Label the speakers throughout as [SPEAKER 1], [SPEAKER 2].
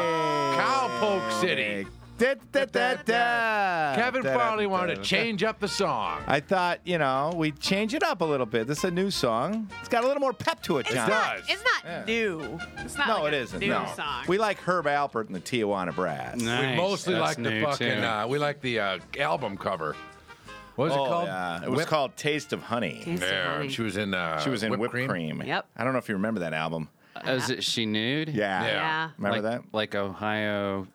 [SPEAKER 1] Cowpoke City.
[SPEAKER 2] Da, da, da, da.
[SPEAKER 1] Kevin
[SPEAKER 2] Da, da,
[SPEAKER 1] Farley
[SPEAKER 2] da,
[SPEAKER 1] wanted to
[SPEAKER 2] da.
[SPEAKER 1] change up the song.
[SPEAKER 2] I thought, you know, we'd change it up a little bit. This is a new song. It's got a little more pep to it,
[SPEAKER 3] It's
[SPEAKER 2] John.
[SPEAKER 3] not.
[SPEAKER 1] does.
[SPEAKER 3] It's not
[SPEAKER 2] Yeah.
[SPEAKER 3] new. It's not.
[SPEAKER 2] No,
[SPEAKER 3] like
[SPEAKER 2] it
[SPEAKER 3] a
[SPEAKER 2] isn't.
[SPEAKER 3] New
[SPEAKER 2] no.
[SPEAKER 3] song.
[SPEAKER 2] We like Herb Alpert and the Tijuana Brass.
[SPEAKER 1] We
[SPEAKER 4] Nice.
[SPEAKER 1] mostly
[SPEAKER 4] That's
[SPEAKER 1] like the
[SPEAKER 4] new,
[SPEAKER 1] fucking.
[SPEAKER 4] too.
[SPEAKER 1] Uh, we like the uh, album cover. What was
[SPEAKER 2] Oh,
[SPEAKER 1] it called?
[SPEAKER 2] yeah. It was
[SPEAKER 1] Whip-
[SPEAKER 2] called Taste of Honey.
[SPEAKER 3] Taste of
[SPEAKER 1] Yeah,
[SPEAKER 3] Honey.
[SPEAKER 1] and she was in. Uh,
[SPEAKER 2] She was in whipped, cream.
[SPEAKER 3] Yep.
[SPEAKER 2] I don't know if you remember that album.
[SPEAKER 4] Is it she nude?
[SPEAKER 2] Yeah.
[SPEAKER 1] Yeah.
[SPEAKER 3] yeah.
[SPEAKER 2] Remember
[SPEAKER 4] like,
[SPEAKER 2] that?
[SPEAKER 4] Like Ohio,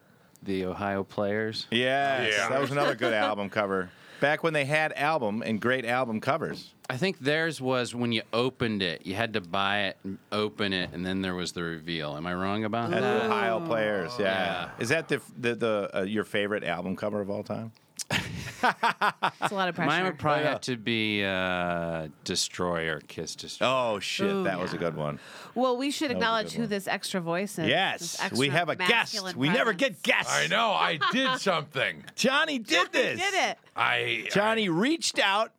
[SPEAKER 4] the Ohio players.
[SPEAKER 2] Yes,
[SPEAKER 1] Yeah.
[SPEAKER 2] that was another good album cover. Back when they had album and great album covers.
[SPEAKER 4] I think theirs was when you opened it, you had to buy it, and open it, and then there was the reveal. Am I wrong about
[SPEAKER 2] At
[SPEAKER 4] that?
[SPEAKER 2] Ohio Players, yeah.
[SPEAKER 4] Yeah.
[SPEAKER 2] Is that the the, the uh, your favorite album cover of all time?
[SPEAKER 3] It's a lot of pressure.
[SPEAKER 4] Mine would probably have to be uh, Destroyer, Kiss Destroyer.
[SPEAKER 2] Oh shit,
[SPEAKER 3] Ooh,
[SPEAKER 2] that was a
[SPEAKER 3] yeah.
[SPEAKER 2] good one.
[SPEAKER 3] well, we should
[SPEAKER 2] was a
[SPEAKER 3] acknowledge
[SPEAKER 2] good
[SPEAKER 3] who
[SPEAKER 2] one.
[SPEAKER 3] this extra voice is.
[SPEAKER 2] yes,
[SPEAKER 3] this extra
[SPEAKER 2] we have a guest.
[SPEAKER 3] masculine
[SPEAKER 2] We never
[SPEAKER 3] presence.
[SPEAKER 2] get guests.
[SPEAKER 1] I know. I did something.
[SPEAKER 2] Johnny did this.
[SPEAKER 3] Did it?
[SPEAKER 1] I
[SPEAKER 2] Johnny reached out.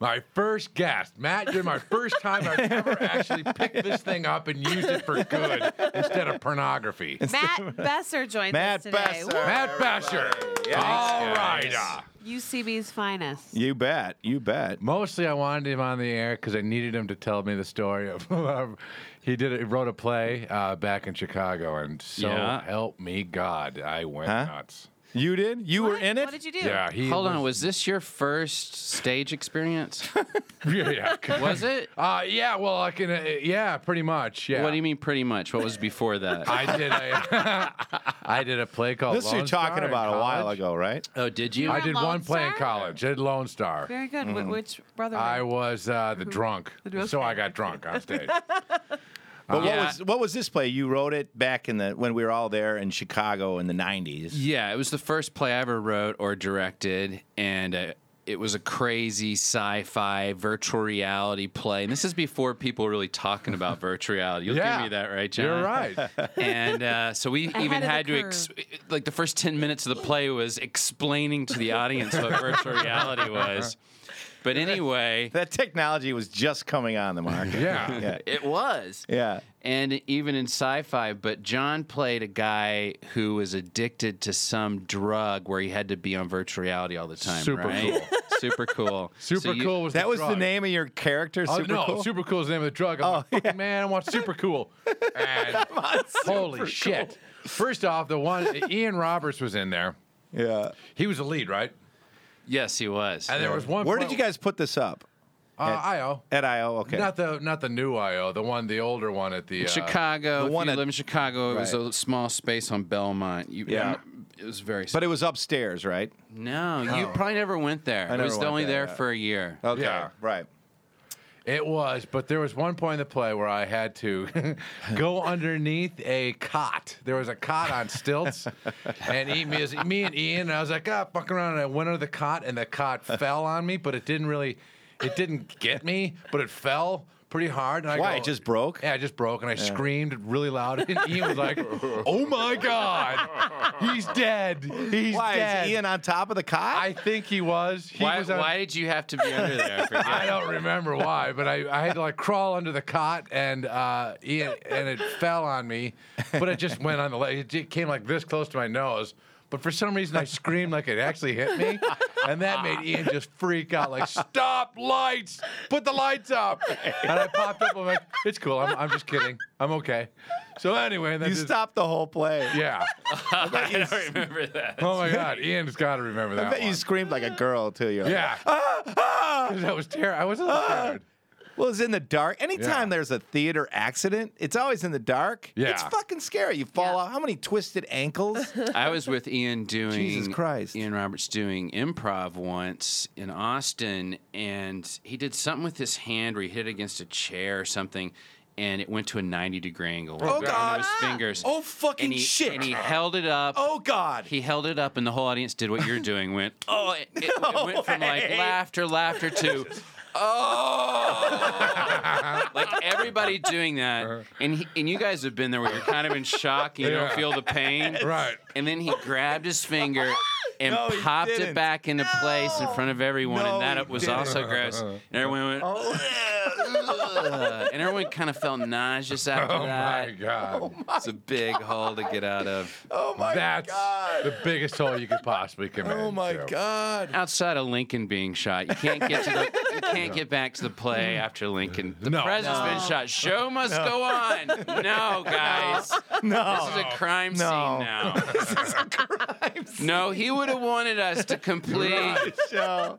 [SPEAKER 1] My first guest, Matt. You're my first time I've ever actually picked this thing up and used it for good instead of pornography.
[SPEAKER 3] Matt Besser joins
[SPEAKER 2] Matt
[SPEAKER 3] us today.
[SPEAKER 2] Besser.
[SPEAKER 3] Woo!
[SPEAKER 1] Matt Basher.
[SPEAKER 2] Yeah,
[SPEAKER 1] All
[SPEAKER 2] thanks,
[SPEAKER 1] right.
[SPEAKER 2] guys.
[SPEAKER 1] uh,
[SPEAKER 3] UCB's finest.
[SPEAKER 2] You bet. You bet.
[SPEAKER 1] Mostly, I wanted him on the air because I needed him to tell me the story of. of- he did. He wrote a play uh, back in Chicago, and so
[SPEAKER 4] Yeah.
[SPEAKER 1] help me God, I went
[SPEAKER 2] Huh?
[SPEAKER 1] nuts.
[SPEAKER 2] You did? You were
[SPEAKER 3] What?
[SPEAKER 2] in it?
[SPEAKER 3] What did you do?
[SPEAKER 1] Yeah, he
[SPEAKER 4] Hold on,
[SPEAKER 1] was,
[SPEAKER 4] was this your first stage experience?
[SPEAKER 1] yeah, yeah.
[SPEAKER 4] was it?
[SPEAKER 1] Uh, yeah, well, I can. Uh, yeah, pretty much. Yeah.
[SPEAKER 4] What do you mean, pretty much? What was before that?
[SPEAKER 1] I did a, I did a play called.
[SPEAKER 2] this you're
[SPEAKER 1] Lone Star
[SPEAKER 2] talking
[SPEAKER 1] in
[SPEAKER 2] about a while
[SPEAKER 1] college.
[SPEAKER 2] ago, right?
[SPEAKER 4] oh, did you?
[SPEAKER 1] I
[SPEAKER 3] were
[SPEAKER 1] did
[SPEAKER 3] Lone
[SPEAKER 1] one play in
[SPEAKER 3] Star?
[SPEAKER 1] college. I did Lone Star.
[SPEAKER 3] Very good.
[SPEAKER 2] Mm-hmm.
[SPEAKER 3] Wh- Which brother?
[SPEAKER 1] I
[SPEAKER 3] were you?
[SPEAKER 1] was uh, the drunk,
[SPEAKER 3] drunk.
[SPEAKER 1] so I got drunk on stage.
[SPEAKER 2] But what
[SPEAKER 4] Yeah.
[SPEAKER 2] was what was this play? You wrote it back in the when we were all there in Chicago in the nineties.
[SPEAKER 4] Yeah, it was the first play I ever wrote or directed, and uh, it was a crazy sci-fi virtual reality play. And this is before people were really talking about virtual reality. You'll
[SPEAKER 1] Yeah,
[SPEAKER 4] give me that, right, John?
[SPEAKER 1] You're right.
[SPEAKER 4] And uh, so we
[SPEAKER 3] Ahead
[SPEAKER 4] even
[SPEAKER 3] of the
[SPEAKER 4] had to ex- like the first ten minutes of the play was explaining to the audience what virtual reality was. But anyway,
[SPEAKER 2] That technology was just coming on the market.
[SPEAKER 1] Yeah.
[SPEAKER 2] yeah.
[SPEAKER 4] it was.
[SPEAKER 2] Yeah.
[SPEAKER 4] and even in sci-fi but john played a guy who was addicted to some drug where he had to be on virtual reality all the time
[SPEAKER 1] Super
[SPEAKER 4] right?
[SPEAKER 1] cool.
[SPEAKER 4] super cool
[SPEAKER 1] Super
[SPEAKER 4] So you-
[SPEAKER 1] cool was
[SPEAKER 2] That
[SPEAKER 1] the
[SPEAKER 2] was
[SPEAKER 1] drug.
[SPEAKER 2] the name of your character,
[SPEAKER 1] Oh,
[SPEAKER 2] Super
[SPEAKER 1] no,
[SPEAKER 2] Cool? Oh,
[SPEAKER 1] super cool is the name of the drug. I'm like, "Fucking man, I want super cool. And holy shit! First off, the one Ian Roberts was in there.
[SPEAKER 2] yeah.
[SPEAKER 1] He was the lead, right?
[SPEAKER 4] yes he was
[SPEAKER 1] And there was one.
[SPEAKER 2] Where
[SPEAKER 1] point-
[SPEAKER 2] did you guys put this up?
[SPEAKER 1] Uh, IO.
[SPEAKER 2] At IO, okay.
[SPEAKER 1] Not the not the new IO, the one, the older one at the uh,
[SPEAKER 4] chicago
[SPEAKER 2] the
[SPEAKER 4] if
[SPEAKER 2] one
[SPEAKER 4] you
[SPEAKER 2] at-
[SPEAKER 4] live in chicago it was
[SPEAKER 2] Right.
[SPEAKER 4] a small space on belmont you,
[SPEAKER 2] Yeah.
[SPEAKER 4] it was very
[SPEAKER 2] but it was upstairs, right?
[SPEAKER 4] no you probably never went there
[SPEAKER 2] I
[SPEAKER 4] it was
[SPEAKER 2] never went
[SPEAKER 4] only
[SPEAKER 2] there,
[SPEAKER 4] there,
[SPEAKER 2] yeah. Uh,
[SPEAKER 4] for a year
[SPEAKER 2] Okay.
[SPEAKER 1] Yeah.
[SPEAKER 2] Right.
[SPEAKER 1] It was, but there was one point in the play where I had to go underneath a cot. There was a cot on stilts, and he, me, me and Ian, and I was like, ah, fuck around, and I went under the cot, and the cot fell on me, but it didn't really, it didn't get me, but it fell pretty hard. And I
[SPEAKER 2] Why?
[SPEAKER 1] go-
[SPEAKER 2] It just broke?
[SPEAKER 1] Yeah, it just broke, and I screamed really loud, and Ian was like, oh my god, he's dead, he's
[SPEAKER 2] Why
[SPEAKER 1] dead.
[SPEAKER 2] is Ian on top of the cot?
[SPEAKER 1] I think he was. He
[SPEAKER 4] why,
[SPEAKER 1] was on-
[SPEAKER 4] why did you have to be under there I forget.
[SPEAKER 1] I don't remember why, but I, I had to like crawl under the cot and uh, Ian, and it fell on me, but it just went on the leg. It j- came like this close to my nose. But for some reason, I screamed like it actually hit me, and that made Ian just freak out. Like, stop lights, put the lights up. And I popped up. I'm like, it's cool. I'm, I'm just kidding. I'm okay. So anyway, then
[SPEAKER 2] you
[SPEAKER 1] just-
[SPEAKER 2] stopped the whole play.
[SPEAKER 1] Yeah.
[SPEAKER 4] I don't remember that
[SPEAKER 1] Oh my God, Ian's got to remember that.
[SPEAKER 2] I bet you Ah,
[SPEAKER 1] one.
[SPEAKER 2] screamed like a girl too. You're like,
[SPEAKER 1] yeah. that was terrible. I was a little scared.
[SPEAKER 2] Well, it's in the dark. Anytime
[SPEAKER 1] Yeah.
[SPEAKER 2] there's a theater accident, it's always in the dark.
[SPEAKER 1] Yeah.
[SPEAKER 2] It's fucking scary. You fall
[SPEAKER 3] Yeah.
[SPEAKER 2] out. How many twisted ankles?
[SPEAKER 4] I was with Ian doing
[SPEAKER 2] Jesus Christ.
[SPEAKER 4] Ian Roberts doing improv once in Austin, and he did something with his hand where he hit it against a chair or something, and it went to a ninety degree angle.
[SPEAKER 2] Oh,
[SPEAKER 4] right down
[SPEAKER 2] God.
[SPEAKER 4] Into his fingers.
[SPEAKER 2] oh fucking
[SPEAKER 4] and he,
[SPEAKER 2] shit.
[SPEAKER 4] And he held it up.
[SPEAKER 2] oh God.
[SPEAKER 4] He held it up, and the whole audience did what you're doing. Went oh, it, it- it went from like
[SPEAKER 2] way.
[SPEAKER 4] laughter, laughter to.
[SPEAKER 2] Ah!
[SPEAKER 4] Oh, like everybody doing that, and he, and you guys have been there where you're kind of in shock, and you
[SPEAKER 1] Yeah.
[SPEAKER 4] don't feel the pain,
[SPEAKER 1] Right.
[SPEAKER 4] and then he grabbed his finger and
[SPEAKER 2] No, he
[SPEAKER 4] popped
[SPEAKER 2] didn't.
[SPEAKER 4] it back into place in front of everyone,
[SPEAKER 2] No,
[SPEAKER 4] and
[SPEAKER 2] he
[SPEAKER 4] that was
[SPEAKER 2] didn't. Oh.
[SPEAKER 4] also gross. And everyone went, "Ugh," and everyone kind of felt nauseous after
[SPEAKER 1] Oh
[SPEAKER 4] that.
[SPEAKER 1] my god.
[SPEAKER 4] It's a big hole to get out of.
[SPEAKER 2] Oh my
[SPEAKER 1] That's
[SPEAKER 2] god.
[SPEAKER 1] the biggest hole you could possibly come in.
[SPEAKER 2] Oh my
[SPEAKER 1] to.
[SPEAKER 2] god.
[SPEAKER 4] Outside of Lincoln being shot, you can't get to the, you can't get back to the play after Lincoln. The
[SPEAKER 1] No.
[SPEAKER 4] president's
[SPEAKER 3] No.
[SPEAKER 4] been shot. Show must go on. No, guys.
[SPEAKER 2] No.
[SPEAKER 4] This is a crime
[SPEAKER 2] No.
[SPEAKER 4] scene now. this is a crime scene. No, he would have wanted us to complete.
[SPEAKER 2] So,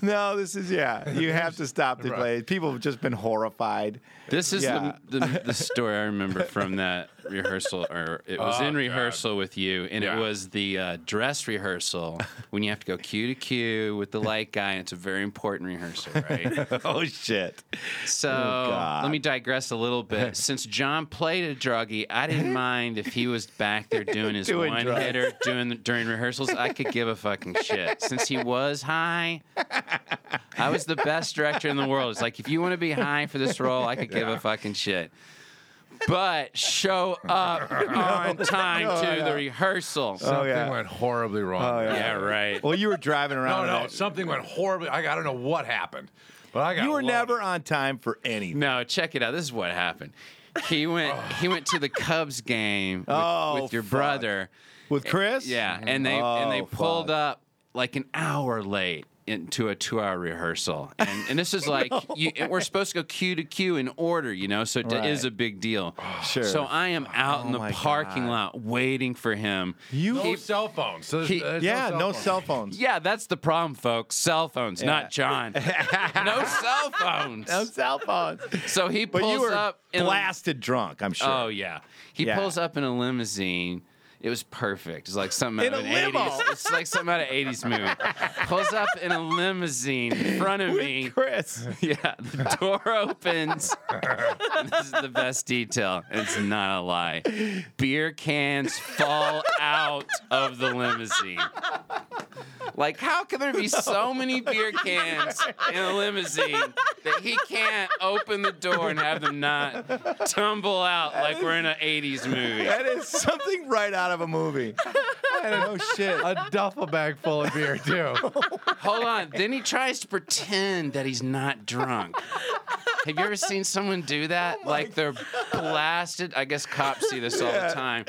[SPEAKER 2] no, this is yeah. You have to stop the
[SPEAKER 1] Right.
[SPEAKER 2] play. People have just been horrified.
[SPEAKER 4] This is
[SPEAKER 2] Yeah.
[SPEAKER 4] the, the, the story I remember from that rehearsal, or it was
[SPEAKER 1] Oh,
[SPEAKER 4] in
[SPEAKER 1] God.
[SPEAKER 4] rehearsal with you, and
[SPEAKER 1] Yeah.
[SPEAKER 4] it was the uh, dress rehearsal when you have to go cue to cue with the light guy, and it's a very important rehearsal, right?
[SPEAKER 2] oh shit.
[SPEAKER 4] So
[SPEAKER 2] Oh, God.
[SPEAKER 4] let me digress a little bit. Since John played a druggie, I didn't mind if he was back there doing his
[SPEAKER 2] Doing
[SPEAKER 4] one
[SPEAKER 2] drugs.
[SPEAKER 4] hitter doing during rehearsals. I could give a fucking shit. Since he was high, I was the best director in the world. It's like if you want to be high for this role, I could give a fucking shit. But show up on time
[SPEAKER 2] No,
[SPEAKER 4] to
[SPEAKER 2] no.
[SPEAKER 4] the rehearsal.
[SPEAKER 2] Oh,
[SPEAKER 1] Something
[SPEAKER 2] yeah.
[SPEAKER 1] went horribly wrong.
[SPEAKER 2] Oh, yeah.
[SPEAKER 4] yeah, right.
[SPEAKER 2] Well, you were driving
[SPEAKER 1] No,
[SPEAKER 2] around. in
[SPEAKER 1] no,
[SPEAKER 2] that-
[SPEAKER 1] something went horribly. I, I don't know what happened, but I got.
[SPEAKER 2] You were
[SPEAKER 1] loaded.
[SPEAKER 2] never on time for anything.
[SPEAKER 4] No, check it out. This is what happened. He went. He went to the Cubs game with,
[SPEAKER 2] Oh,
[SPEAKER 4] with your
[SPEAKER 2] fuck.
[SPEAKER 4] brother.
[SPEAKER 2] With Chris?
[SPEAKER 4] Yeah, and they and they
[SPEAKER 2] Oh,
[SPEAKER 4] pulled
[SPEAKER 2] fuck.
[SPEAKER 4] up like an hour late into a two-hour rehearsal, and, and this is like you, and we're supposed to go cue to cue in order, you know. So it is
[SPEAKER 2] Right.
[SPEAKER 4] a big deal.
[SPEAKER 2] Sure.
[SPEAKER 4] So I am out in
[SPEAKER 2] Oh
[SPEAKER 4] the
[SPEAKER 2] my
[SPEAKER 4] parking
[SPEAKER 2] God.
[SPEAKER 4] lot waiting for him.
[SPEAKER 2] You
[SPEAKER 1] No cell phones. So there's-
[SPEAKER 4] He-
[SPEAKER 1] there's
[SPEAKER 2] Yeah, no
[SPEAKER 1] phones.
[SPEAKER 2] cell phones.
[SPEAKER 4] Yeah, that's the problem, folks. Cell phones, not John. no cell phones.
[SPEAKER 2] No cell phones.
[SPEAKER 4] So he
[SPEAKER 2] But
[SPEAKER 4] pulls
[SPEAKER 2] you were
[SPEAKER 4] up in a-
[SPEAKER 2] blasted drunk, I'm sure.
[SPEAKER 4] Oh yeah, he
[SPEAKER 2] Yeah.
[SPEAKER 4] pulls up in a limousine. It was perfect. It's like something
[SPEAKER 2] In
[SPEAKER 4] out of
[SPEAKER 2] a
[SPEAKER 4] an
[SPEAKER 2] limo.
[SPEAKER 4] 80s. It's like something out of 80s movie. Pulls up in a limousine in front of me.
[SPEAKER 2] Chris.
[SPEAKER 4] Yeah, the door opens. this is the best detail. It's not a lie. Beer cans fall out of the limousine. Like, how can there be so many beer cans in a limousine that he can't open the door and have them not tumble out like we're in an 80s movie?
[SPEAKER 2] That is something right out of a movie. I don't know shit.
[SPEAKER 1] A duffel bag full of beer too.
[SPEAKER 4] Hold on. Then he tries to pretend that he's not drunk. Have you ever seen someone do that? like they're blasted. I guess cops see this all the time.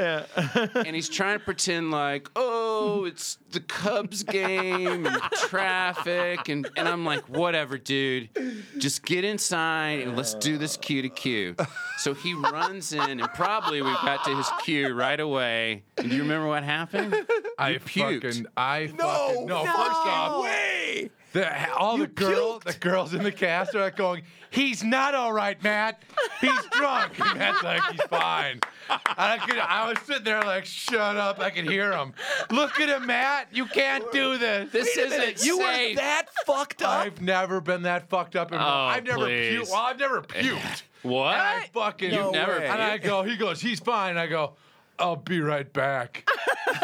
[SPEAKER 4] and he's trying to pretend like, oh, it's the Cubs game and traffic. And, and I'm like, whatever, dude. Just get inside and let's do this cue to cue. So he runs in, and probably we got to his cue right away. And do you remember what happened?
[SPEAKER 1] I
[SPEAKER 4] puked.
[SPEAKER 1] fucking. I
[SPEAKER 2] No,
[SPEAKER 1] fucking. No.
[SPEAKER 2] no.
[SPEAKER 1] First off,
[SPEAKER 2] Way.
[SPEAKER 1] the, all the girls, the girls in the cast are like going, "He's not all right, Matt. He's drunk." And Matt's like, "He's fine." And I, could, I was sitting there like, "Shut up!" I could hear him. Look at him, Matt. You can't do this.
[SPEAKER 4] This
[SPEAKER 2] Wait a
[SPEAKER 4] isn't
[SPEAKER 2] minute, you were
[SPEAKER 4] safe.
[SPEAKER 2] that fucked up.
[SPEAKER 1] I've never been that fucked up. In my,
[SPEAKER 4] Oh,
[SPEAKER 1] I've never
[SPEAKER 4] please.
[SPEAKER 1] puked. Well, I've never puked.
[SPEAKER 4] What?
[SPEAKER 1] And I fucking
[SPEAKER 2] You've
[SPEAKER 4] never way.
[SPEAKER 1] And I go, he goes, he's fine. I go, I'll be right back.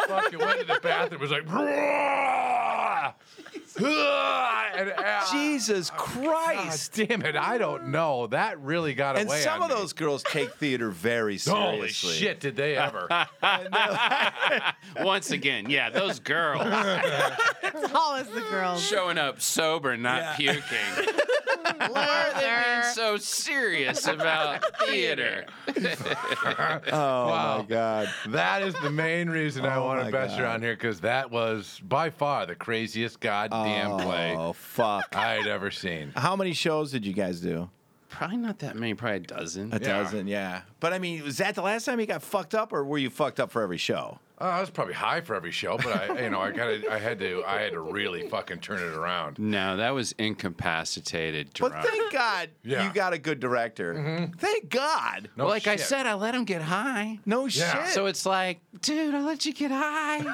[SPEAKER 1] fucking went to the bathroom. Was like, "Roar!" and, uh,
[SPEAKER 2] Jesus
[SPEAKER 1] God
[SPEAKER 2] Christ.
[SPEAKER 1] damn it! I don't know. That really got
[SPEAKER 2] and
[SPEAKER 1] away.
[SPEAKER 2] some
[SPEAKER 1] on
[SPEAKER 2] of
[SPEAKER 1] me.
[SPEAKER 2] those girls take theater very seriously.
[SPEAKER 1] Holy shit! Did they ever?
[SPEAKER 4] Once again, yeah, those girls
[SPEAKER 3] It's always the girls.
[SPEAKER 4] showing up sober, not puking. Being
[SPEAKER 3] Loser.
[SPEAKER 4] so serious about theater.
[SPEAKER 2] Oh
[SPEAKER 1] Wow.
[SPEAKER 2] my god.
[SPEAKER 1] that is the main reason I
[SPEAKER 2] Oh
[SPEAKER 1] want
[SPEAKER 2] my
[SPEAKER 1] to best
[SPEAKER 2] God.
[SPEAKER 1] around here because that was by far the craziest goddamn play
[SPEAKER 2] Oh fuck.
[SPEAKER 1] I had ever seen.
[SPEAKER 2] How many shows did you guys do?
[SPEAKER 4] Probably not that many, probably a dozen.
[SPEAKER 2] A
[SPEAKER 1] Yeah.
[SPEAKER 2] dozen, yeah. But I mean, was that the last time you got fucked up, or were you fucked up for every show?
[SPEAKER 1] Uh, I was probably high for every show, but I, you know, I got, I had to, I had to really fucking turn it around.
[SPEAKER 4] No, that was incapacitated drunk.
[SPEAKER 2] But thank God
[SPEAKER 1] Yeah. Mm-hmm.
[SPEAKER 2] you got a good director. Thank God.
[SPEAKER 1] No
[SPEAKER 4] like I
[SPEAKER 1] shit.
[SPEAKER 4] said, I let him get high.
[SPEAKER 2] No
[SPEAKER 1] Yeah.
[SPEAKER 2] shit.
[SPEAKER 4] So it's like, dude, I'll let you get high. I'll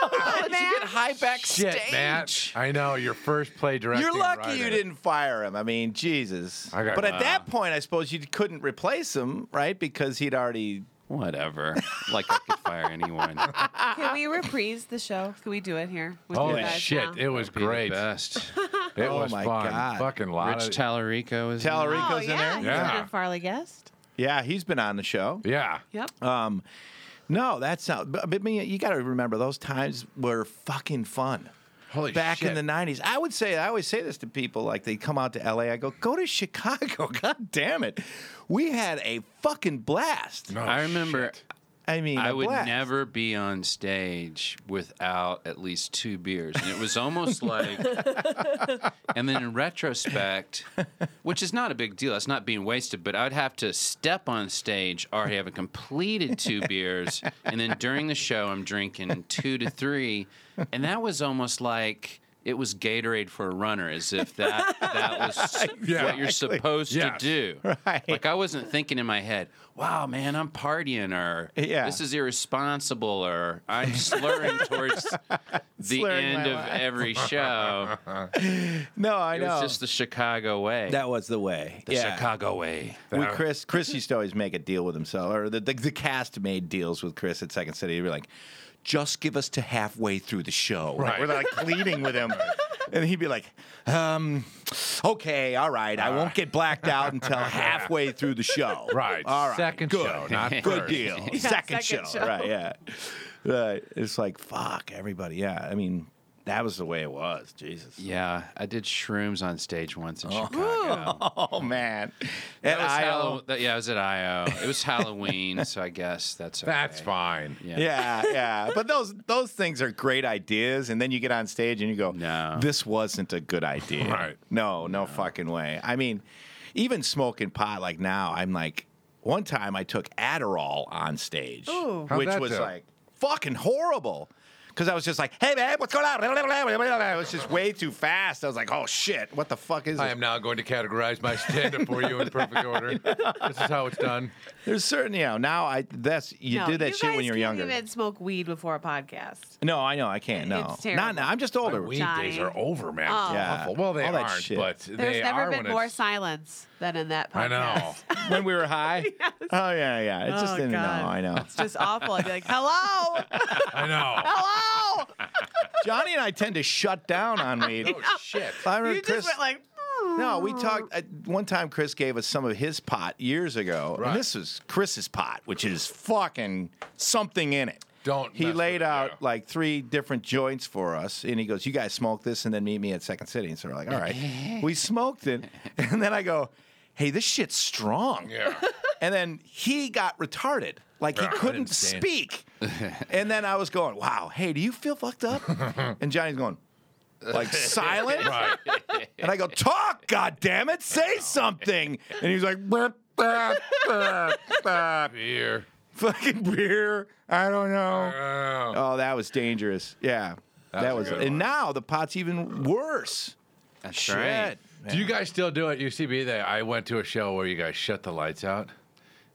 [SPEAKER 3] Oh,
[SPEAKER 4] let you get high backstage.
[SPEAKER 1] shit, Matt. I know your first play directing.
[SPEAKER 2] you're lucky
[SPEAKER 1] right
[SPEAKER 2] you
[SPEAKER 1] at-
[SPEAKER 2] didn't fire him. I mean, Jesus.
[SPEAKER 1] I got-
[SPEAKER 2] but at
[SPEAKER 1] Wow.
[SPEAKER 2] that point, I suppose you couldn't replace him, right? Because he'd already.
[SPEAKER 4] Whatever. Like I could fire anyone.
[SPEAKER 3] Can we reprise the show? Can we do it here? With
[SPEAKER 1] Holy
[SPEAKER 3] you guys
[SPEAKER 1] shit!
[SPEAKER 3] Now?
[SPEAKER 1] It was
[SPEAKER 4] Be the
[SPEAKER 1] great. It
[SPEAKER 4] best.
[SPEAKER 2] Oh
[SPEAKER 1] was
[SPEAKER 2] my
[SPEAKER 1] fun.
[SPEAKER 2] God.
[SPEAKER 1] Fucking lot
[SPEAKER 4] Rich
[SPEAKER 1] of-
[SPEAKER 4] Tallarico is. in it.
[SPEAKER 2] Tallarico-
[SPEAKER 3] Oh,
[SPEAKER 2] Rico's in
[SPEAKER 3] yeah.
[SPEAKER 2] there?
[SPEAKER 3] He's
[SPEAKER 1] Yeah.
[SPEAKER 3] been a Farley guest.
[SPEAKER 2] Yeah, he's been on the show.
[SPEAKER 1] yeah.
[SPEAKER 3] Yep.
[SPEAKER 2] Um, no, that's not. But, but I mean, you got to remember those times were fucking fun.
[SPEAKER 1] Holy
[SPEAKER 2] back in
[SPEAKER 1] shit.
[SPEAKER 2] the 90s. I would say, I always say this to people like they come out to LA, I go, go to Chicago. God damn it. We had a fucking blast.
[SPEAKER 1] No
[SPEAKER 4] I remember
[SPEAKER 1] shit.
[SPEAKER 2] I mean,
[SPEAKER 4] I
[SPEAKER 2] a
[SPEAKER 4] would
[SPEAKER 2] blast.
[SPEAKER 4] never be on stage without at least two beers. And it was almost like, and then in retrospect, which is not a big deal, that's not being wasted, but I would have to step on stage already having completed two beers. And then during the show, I'm drinking two to three. And that was almost like, it was Gatorade for a runner, as if that that was
[SPEAKER 1] Yeah.
[SPEAKER 4] what you're
[SPEAKER 2] Exactly.
[SPEAKER 4] supposed
[SPEAKER 1] Yes.
[SPEAKER 4] to do.
[SPEAKER 2] Right.
[SPEAKER 4] Like I wasn't thinking in my head, "Wow, man, I'm partying," or
[SPEAKER 2] Yeah.
[SPEAKER 4] "This is irresponsible," or "I'm slurring towards the
[SPEAKER 2] Slurring my
[SPEAKER 4] end of
[SPEAKER 2] life.
[SPEAKER 4] every show."
[SPEAKER 2] No, I
[SPEAKER 4] It
[SPEAKER 2] know.
[SPEAKER 4] was just the Chicago way.
[SPEAKER 2] that was the way.
[SPEAKER 4] the Chicago way.
[SPEAKER 2] We Chris Chris used to always make a deal with himself, or the, the the cast made deals with Chris at Second City. He'd be like, "Just give us to halfway through the show." Like,
[SPEAKER 1] Right.
[SPEAKER 2] we're like pleading with him, and he'd be like, um, "Okay, all right, I won't get blacked out until halfway through the show."
[SPEAKER 1] Right.
[SPEAKER 2] all right,
[SPEAKER 1] Second
[SPEAKER 2] good,
[SPEAKER 1] show, not
[SPEAKER 2] good
[SPEAKER 1] first.
[SPEAKER 2] deal. second
[SPEAKER 3] second
[SPEAKER 2] show.
[SPEAKER 3] show.
[SPEAKER 2] right? Yeah, right. It's like fuck everybody. Yeah, I mean. That was the way it was, Jesus.
[SPEAKER 4] Yeah, I did shrooms on stage once in Chicago.
[SPEAKER 2] Oh man,
[SPEAKER 4] That was
[SPEAKER 2] At IO.
[SPEAKER 4] Hallow- that- yeah, I was at IO. It was Halloween, so I guess that's okay.
[SPEAKER 1] That's fine.
[SPEAKER 2] Yeah, yeah. But those those things are great ideas, and then you get on stage and you go,
[SPEAKER 4] No.
[SPEAKER 2] this wasn't a good idea."
[SPEAKER 1] Right.
[SPEAKER 2] No, no, fucking way. I mean, even smoking pot like now, I'm like, one time I took Adderall on stage,
[SPEAKER 3] Ooh.
[SPEAKER 1] How'd
[SPEAKER 2] which
[SPEAKER 1] that
[SPEAKER 2] was
[SPEAKER 1] do?
[SPEAKER 2] like fucking horrible. Because I was just like, hey, man, what's going on? It was just way too fast. I was like, oh, shit, what the fuck is
[SPEAKER 1] I
[SPEAKER 2] this?
[SPEAKER 1] am now going to categorize my stand-up for you in perfect order. This is how it's done.
[SPEAKER 2] There's certain, you know, now I, that's, you
[SPEAKER 3] No,
[SPEAKER 2] did that shit
[SPEAKER 3] guys
[SPEAKER 2] when you were
[SPEAKER 3] can't
[SPEAKER 2] younger.
[SPEAKER 3] Even smoke weed before a podcast.
[SPEAKER 2] No, I know, I can't, no.
[SPEAKER 3] It's terrible.
[SPEAKER 2] Not now, I'm just older.
[SPEAKER 1] Weed
[SPEAKER 3] Dying.
[SPEAKER 1] days are over, man. It's
[SPEAKER 2] Yeah.
[SPEAKER 1] awful. Well, they
[SPEAKER 2] All that
[SPEAKER 1] aren't,
[SPEAKER 2] shit.
[SPEAKER 1] but
[SPEAKER 3] Oh. There's
[SPEAKER 1] they
[SPEAKER 3] never
[SPEAKER 1] are
[SPEAKER 3] been
[SPEAKER 1] when
[SPEAKER 3] more
[SPEAKER 1] it's.
[SPEAKER 3] silence than in that podcast.
[SPEAKER 1] I know.
[SPEAKER 2] when we were high. Oh yeah, yeah. It's just
[SPEAKER 3] Oh,
[SPEAKER 2] didn't know.
[SPEAKER 3] God.
[SPEAKER 2] I know.
[SPEAKER 3] It's just awful. I'd be like, "Hello,
[SPEAKER 1] I know.
[SPEAKER 3] hello."
[SPEAKER 2] Johnny and I tend to shut down on weed.
[SPEAKER 1] oh shit.
[SPEAKER 2] I remember
[SPEAKER 3] You
[SPEAKER 2] Chris.
[SPEAKER 3] just went like, "Hmm."
[SPEAKER 2] no, we talked uh, one time. Chris gave us some of his pot years ago,
[SPEAKER 1] Right.
[SPEAKER 2] and this was Chris's pot, which is fucking something in it.
[SPEAKER 1] Don't
[SPEAKER 2] He
[SPEAKER 1] mess with
[SPEAKER 2] laid
[SPEAKER 1] it,
[SPEAKER 2] out
[SPEAKER 1] yeah.
[SPEAKER 2] like three different joints for us, and he goes, "You guys smoke this, and then meet me at Second City." And so we're like, "All right." we smoked it, and then I go, "Hey, this shit's strong."
[SPEAKER 1] Yeah.
[SPEAKER 2] and then he got retarded. Like he
[SPEAKER 1] Yeah, I
[SPEAKER 2] couldn't
[SPEAKER 1] didn't see it.
[SPEAKER 2] speak. and then I was going, "Wow, hey, do you feel fucked up?" And Johnny's going, like silent.
[SPEAKER 1] Right.
[SPEAKER 2] And I go, "Talk, god damn it, say something." And he's like, "Burp, burp, burp, burp."
[SPEAKER 1] Beer.
[SPEAKER 2] "Fucking beer, I don't know."
[SPEAKER 1] Oh.
[SPEAKER 2] Oh, that was dangerous. Yeah, that,
[SPEAKER 1] was
[SPEAKER 2] was.
[SPEAKER 1] a good
[SPEAKER 2] And
[SPEAKER 1] one.
[SPEAKER 2] now the pot's even worse.
[SPEAKER 4] That's right.
[SPEAKER 1] Do you guys still do it UCB? That I went to a show where you guys shut the lights out.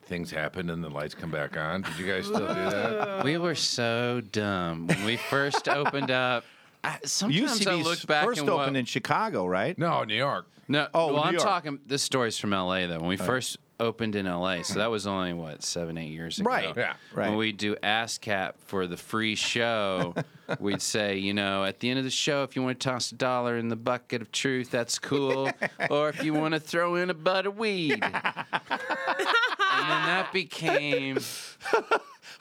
[SPEAKER 1] Things happen and the lights come back on. Did you guys still do that?
[SPEAKER 4] We were so dumb when we first opened up. I, sometimes I
[SPEAKER 2] UCB's
[SPEAKER 4] look back
[SPEAKER 2] first
[SPEAKER 4] and what,
[SPEAKER 2] opened in Chicago, right?
[SPEAKER 1] No, New York.
[SPEAKER 4] No.
[SPEAKER 2] Oh,
[SPEAKER 4] well,
[SPEAKER 2] New
[SPEAKER 4] I'm
[SPEAKER 2] York. Oh.
[SPEAKER 4] talking. This story's from L.A. Though, when we first opened in L.A., so that was only what seven, eight years ago.
[SPEAKER 2] Right.
[SPEAKER 1] Yeah.
[SPEAKER 2] Right.
[SPEAKER 4] When we do ASCAP for the free show, we'd say, you know, at the end of the show, if you want to toss a dollar in the bucket of truth, that's cool. or if you want to throw in a butt of weed. and then that became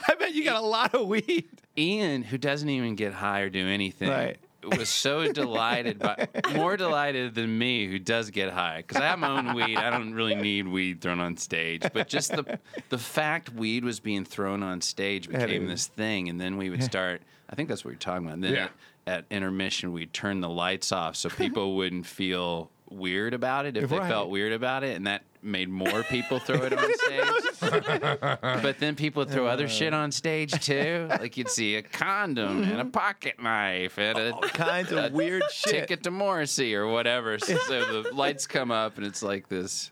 [SPEAKER 2] I bet you got a lot of weed.
[SPEAKER 4] Ian, who doesn't even get high or do anything,
[SPEAKER 2] Right.
[SPEAKER 4] was so delighted by more delighted than me, who does get high because I have my own weed. I don't really need weed thrown on stage, but just the the fact weed was being thrown on stage became
[SPEAKER 2] is-
[SPEAKER 4] this thing, and then we would start. I think that's what you're talking about. And then
[SPEAKER 1] Yeah.
[SPEAKER 4] at, at intermission, we'd turn the lights off so people wouldn't feel weird about it if
[SPEAKER 2] Right.
[SPEAKER 4] they felt weird about it, and that made more people throw it on stage. But then people throw other shit on stage too. Like you'd see a condom and a pocket knife and a
[SPEAKER 2] kinds of weird shit.
[SPEAKER 4] ticket to Morrissey or whatever. So the lights come up and it's like this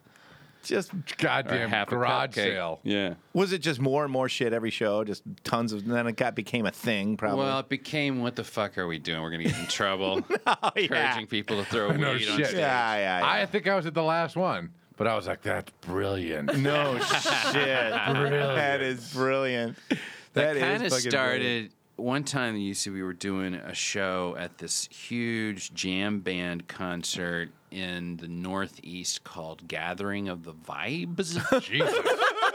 [SPEAKER 2] Just
[SPEAKER 4] or
[SPEAKER 1] Goddamn
[SPEAKER 4] half a
[SPEAKER 1] garage
[SPEAKER 4] cupcake.
[SPEAKER 1] sale.
[SPEAKER 4] Yeah.
[SPEAKER 2] was it just more and more shit every show? Just tons of. And then it got became a thing. Probably.
[SPEAKER 4] Well, it became what the fuck are we doing? We're gonna get in trouble.
[SPEAKER 2] oh,
[SPEAKER 4] Encouraging people to throw weed
[SPEAKER 1] No
[SPEAKER 4] on
[SPEAKER 1] shit.
[SPEAKER 4] stage.
[SPEAKER 2] Yeah, yeah, yeah.
[SPEAKER 1] I think I was at the last one, but I was like, that's brilliant.
[SPEAKER 2] no shit. That is brilliant.
[SPEAKER 4] That,
[SPEAKER 2] is
[SPEAKER 4] kind of
[SPEAKER 2] fucking
[SPEAKER 4] started
[SPEAKER 2] brilliant.
[SPEAKER 4] one time. You see, we were doing a show at this huge jam band concert in the Northeast called Gathering of the Vibes.
[SPEAKER 1] Jesus.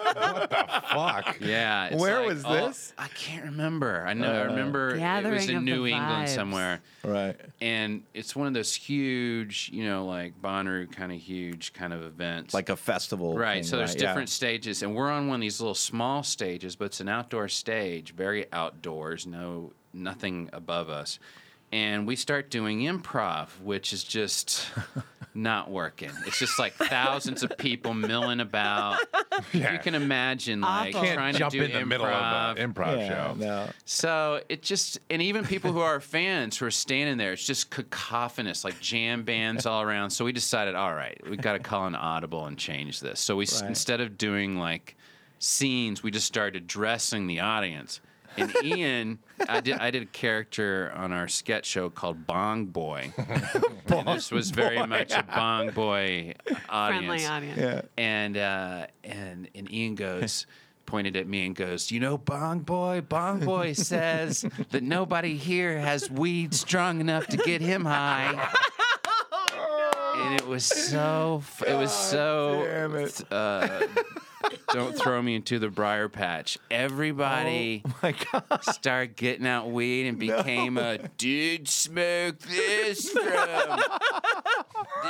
[SPEAKER 1] what the fuck?
[SPEAKER 4] Yeah. it's
[SPEAKER 2] Where
[SPEAKER 4] like
[SPEAKER 2] was
[SPEAKER 4] all-
[SPEAKER 2] this? Uh,
[SPEAKER 4] I can't remember. I know. I remember it was
[SPEAKER 3] Gathering
[SPEAKER 4] in
[SPEAKER 3] of
[SPEAKER 4] New
[SPEAKER 3] the
[SPEAKER 4] England
[SPEAKER 3] Vibes.
[SPEAKER 4] somewhere,
[SPEAKER 2] Right.
[SPEAKER 4] and it's one of those huge, you know, like Bonnaroo kind of huge kind of events.
[SPEAKER 2] Like a festival.
[SPEAKER 4] right.
[SPEAKER 2] thing,
[SPEAKER 4] so there's
[SPEAKER 2] right? Yeah.
[SPEAKER 4] different stages, and we're on one of these little small stages, but it's an outdoor stage, very outdoors, no nothing above us. And we start doing improv, which is just not working. It's just like thousands of people milling about. You can imagine, like
[SPEAKER 3] Awful.
[SPEAKER 1] Can't
[SPEAKER 4] trying
[SPEAKER 1] jump
[SPEAKER 4] to do
[SPEAKER 1] in the middle of uh, an improv
[SPEAKER 2] Yeah,
[SPEAKER 1] show.
[SPEAKER 2] no.
[SPEAKER 4] so it just, and even people who are fans who are standing there, it's just cacophonous, like jam bands all around. So we decided, all right, we got to call an audible and change this. So we, s
[SPEAKER 2] Right.
[SPEAKER 4] instead of doing like scenes, we just started dressing the audience. And Ian, I did, I did a character on our sketch show called Bong Boy. and this was very much a Bong Boy
[SPEAKER 3] Friendly audience.
[SPEAKER 2] Yeah.
[SPEAKER 4] and uh, and and Ian goes pointed at me and goes, "You know, Bong Boy, Bong Boy says that nobody here has weed strong enough to get him high." And it was so, f- it was so.
[SPEAKER 2] Oh, damn it.
[SPEAKER 4] Uh, don't throw me into the briar patch. Everybody
[SPEAKER 2] My God.
[SPEAKER 4] started getting out weed and became a dude smoke this from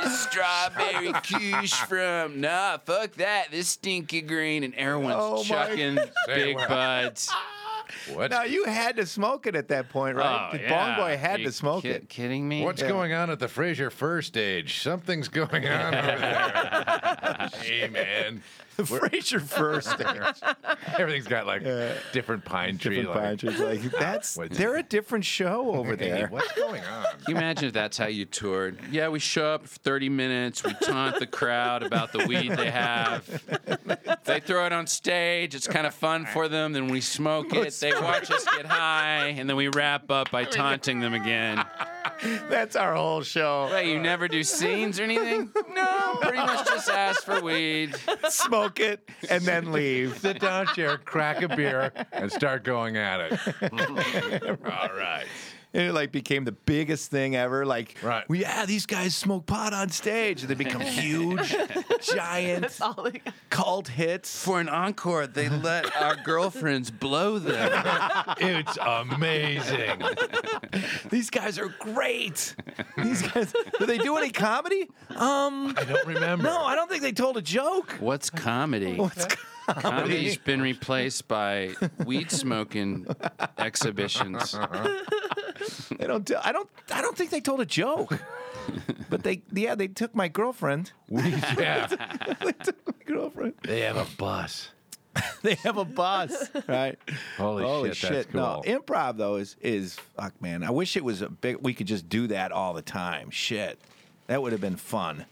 [SPEAKER 4] this strawberry quiche from nah fuck that this stinky green and everyone's
[SPEAKER 2] Oh my-
[SPEAKER 4] chucking
[SPEAKER 1] Say
[SPEAKER 4] big
[SPEAKER 1] it well.
[SPEAKER 4] buds
[SPEAKER 1] What?
[SPEAKER 2] Now you had to smoke it at that point, right?
[SPEAKER 4] Oh,
[SPEAKER 2] The
[SPEAKER 4] yeah.
[SPEAKER 2] Bong Boy had
[SPEAKER 4] Are
[SPEAKER 2] to
[SPEAKER 4] you
[SPEAKER 2] smoke
[SPEAKER 4] kid-
[SPEAKER 2] it.
[SPEAKER 4] kidding me
[SPEAKER 1] What's going on at the Fraser Fur stage? Something's going on over there. hey, man.
[SPEAKER 2] The Fraser first.
[SPEAKER 1] Everything's got like different pine tree.
[SPEAKER 2] different
[SPEAKER 1] like,
[SPEAKER 2] branches. Like that's
[SPEAKER 1] What's-
[SPEAKER 2] they're a different show over
[SPEAKER 1] hey,
[SPEAKER 2] there.
[SPEAKER 1] what's going on?
[SPEAKER 4] Can you imagine if that's how you toured? Yeah, we show up for 30 minutes, we taunt the crowd about the weed they have. They throw it on stage, it's kind of fun for them. Then we smoke it, they watch us get high, and then we wrap up by taunting them again.
[SPEAKER 2] That's our whole show.
[SPEAKER 4] Wait, you never do scenes or anything? No, pretty much just ask for weed.
[SPEAKER 2] Smoke it and then leave.
[SPEAKER 1] Sit down, chair, crack a beer, and start going at it. All right.
[SPEAKER 2] And it like became the biggest thing ever. Like,
[SPEAKER 1] Right.
[SPEAKER 2] we, yeah, these guys smoke pot on stage. They become huge, giant
[SPEAKER 3] That's all they got.
[SPEAKER 2] cult hits.
[SPEAKER 4] For an encore, they let our girlfriends blow them.
[SPEAKER 1] It's amazing.
[SPEAKER 2] These guys are great. These guys. Do they do any comedy? Um,
[SPEAKER 1] I don't remember.
[SPEAKER 2] no, I don't think they told a joke.
[SPEAKER 4] What's comedy?
[SPEAKER 2] What's
[SPEAKER 4] Comedy's been replaced by weed smoking exhibitions.
[SPEAKER 2] They don't. Tell, I don't. I don't think they told a joke. But they, yeah, they took my girlfriend.
[SPEAKER 1] yeah.
[SPEAKER 2] They took my girlfriend.
[SPEAKER 1] They have a bus.
[SPEAKER 2] They have a bus, right?
[SPEAKER 1] Holy,
[SPEAKER 2] Holy
[SPEAKER 1] shit,
[SPEAKER 2] shit!
[SPEAKER 1] That's cool.
[SPEAKER 2] No, improv though is is fuck, man. I wish it was a big. We could just do that all the time. Shit, that would have been fun.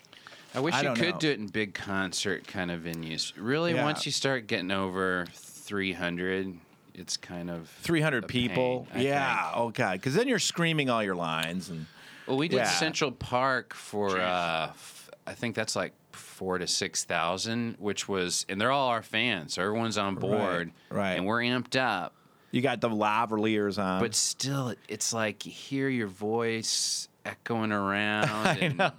[SPEAKER 4] I wish
[SPEAKER 2] I
[SPEAKER 4] you
[SPEAKER 2] don't
[SPEAKER 4] could
[SPEAKER 2] know.
[SPEAKER 4] do it in big concert kind of venues. Really,
[SPEAKER 2] Yeah.
[SPEAKER 4] once you start getting over 300, it's kind of
[SPEAKER 2] Three hundred
[SPEAKER 4] a
[SPEAKER 2] people.
[SPEAKER 4] pain, I
[SPEAKER 2] yeah.
[SPEAKER 4] think.
[SPEAKER 2] Oh god, because then you're screaming all your lines and
[SPEAKER 4] Well, we did
[SPEAKER 2] Yeah.
[SPEAKER 4] Central Park for uh, f- I think that's like four to six thousand, which was, and they're all our fans. So everyone's on board,
[SPEAKER 2] right.
[SPEAKER 4] And we're amped up,
[SPEAKER 2] you got the lavaliers on.
[SPEAKER 4] but still, it- it's like you hear your voice echoing around. and
[SPEAKER 1] right.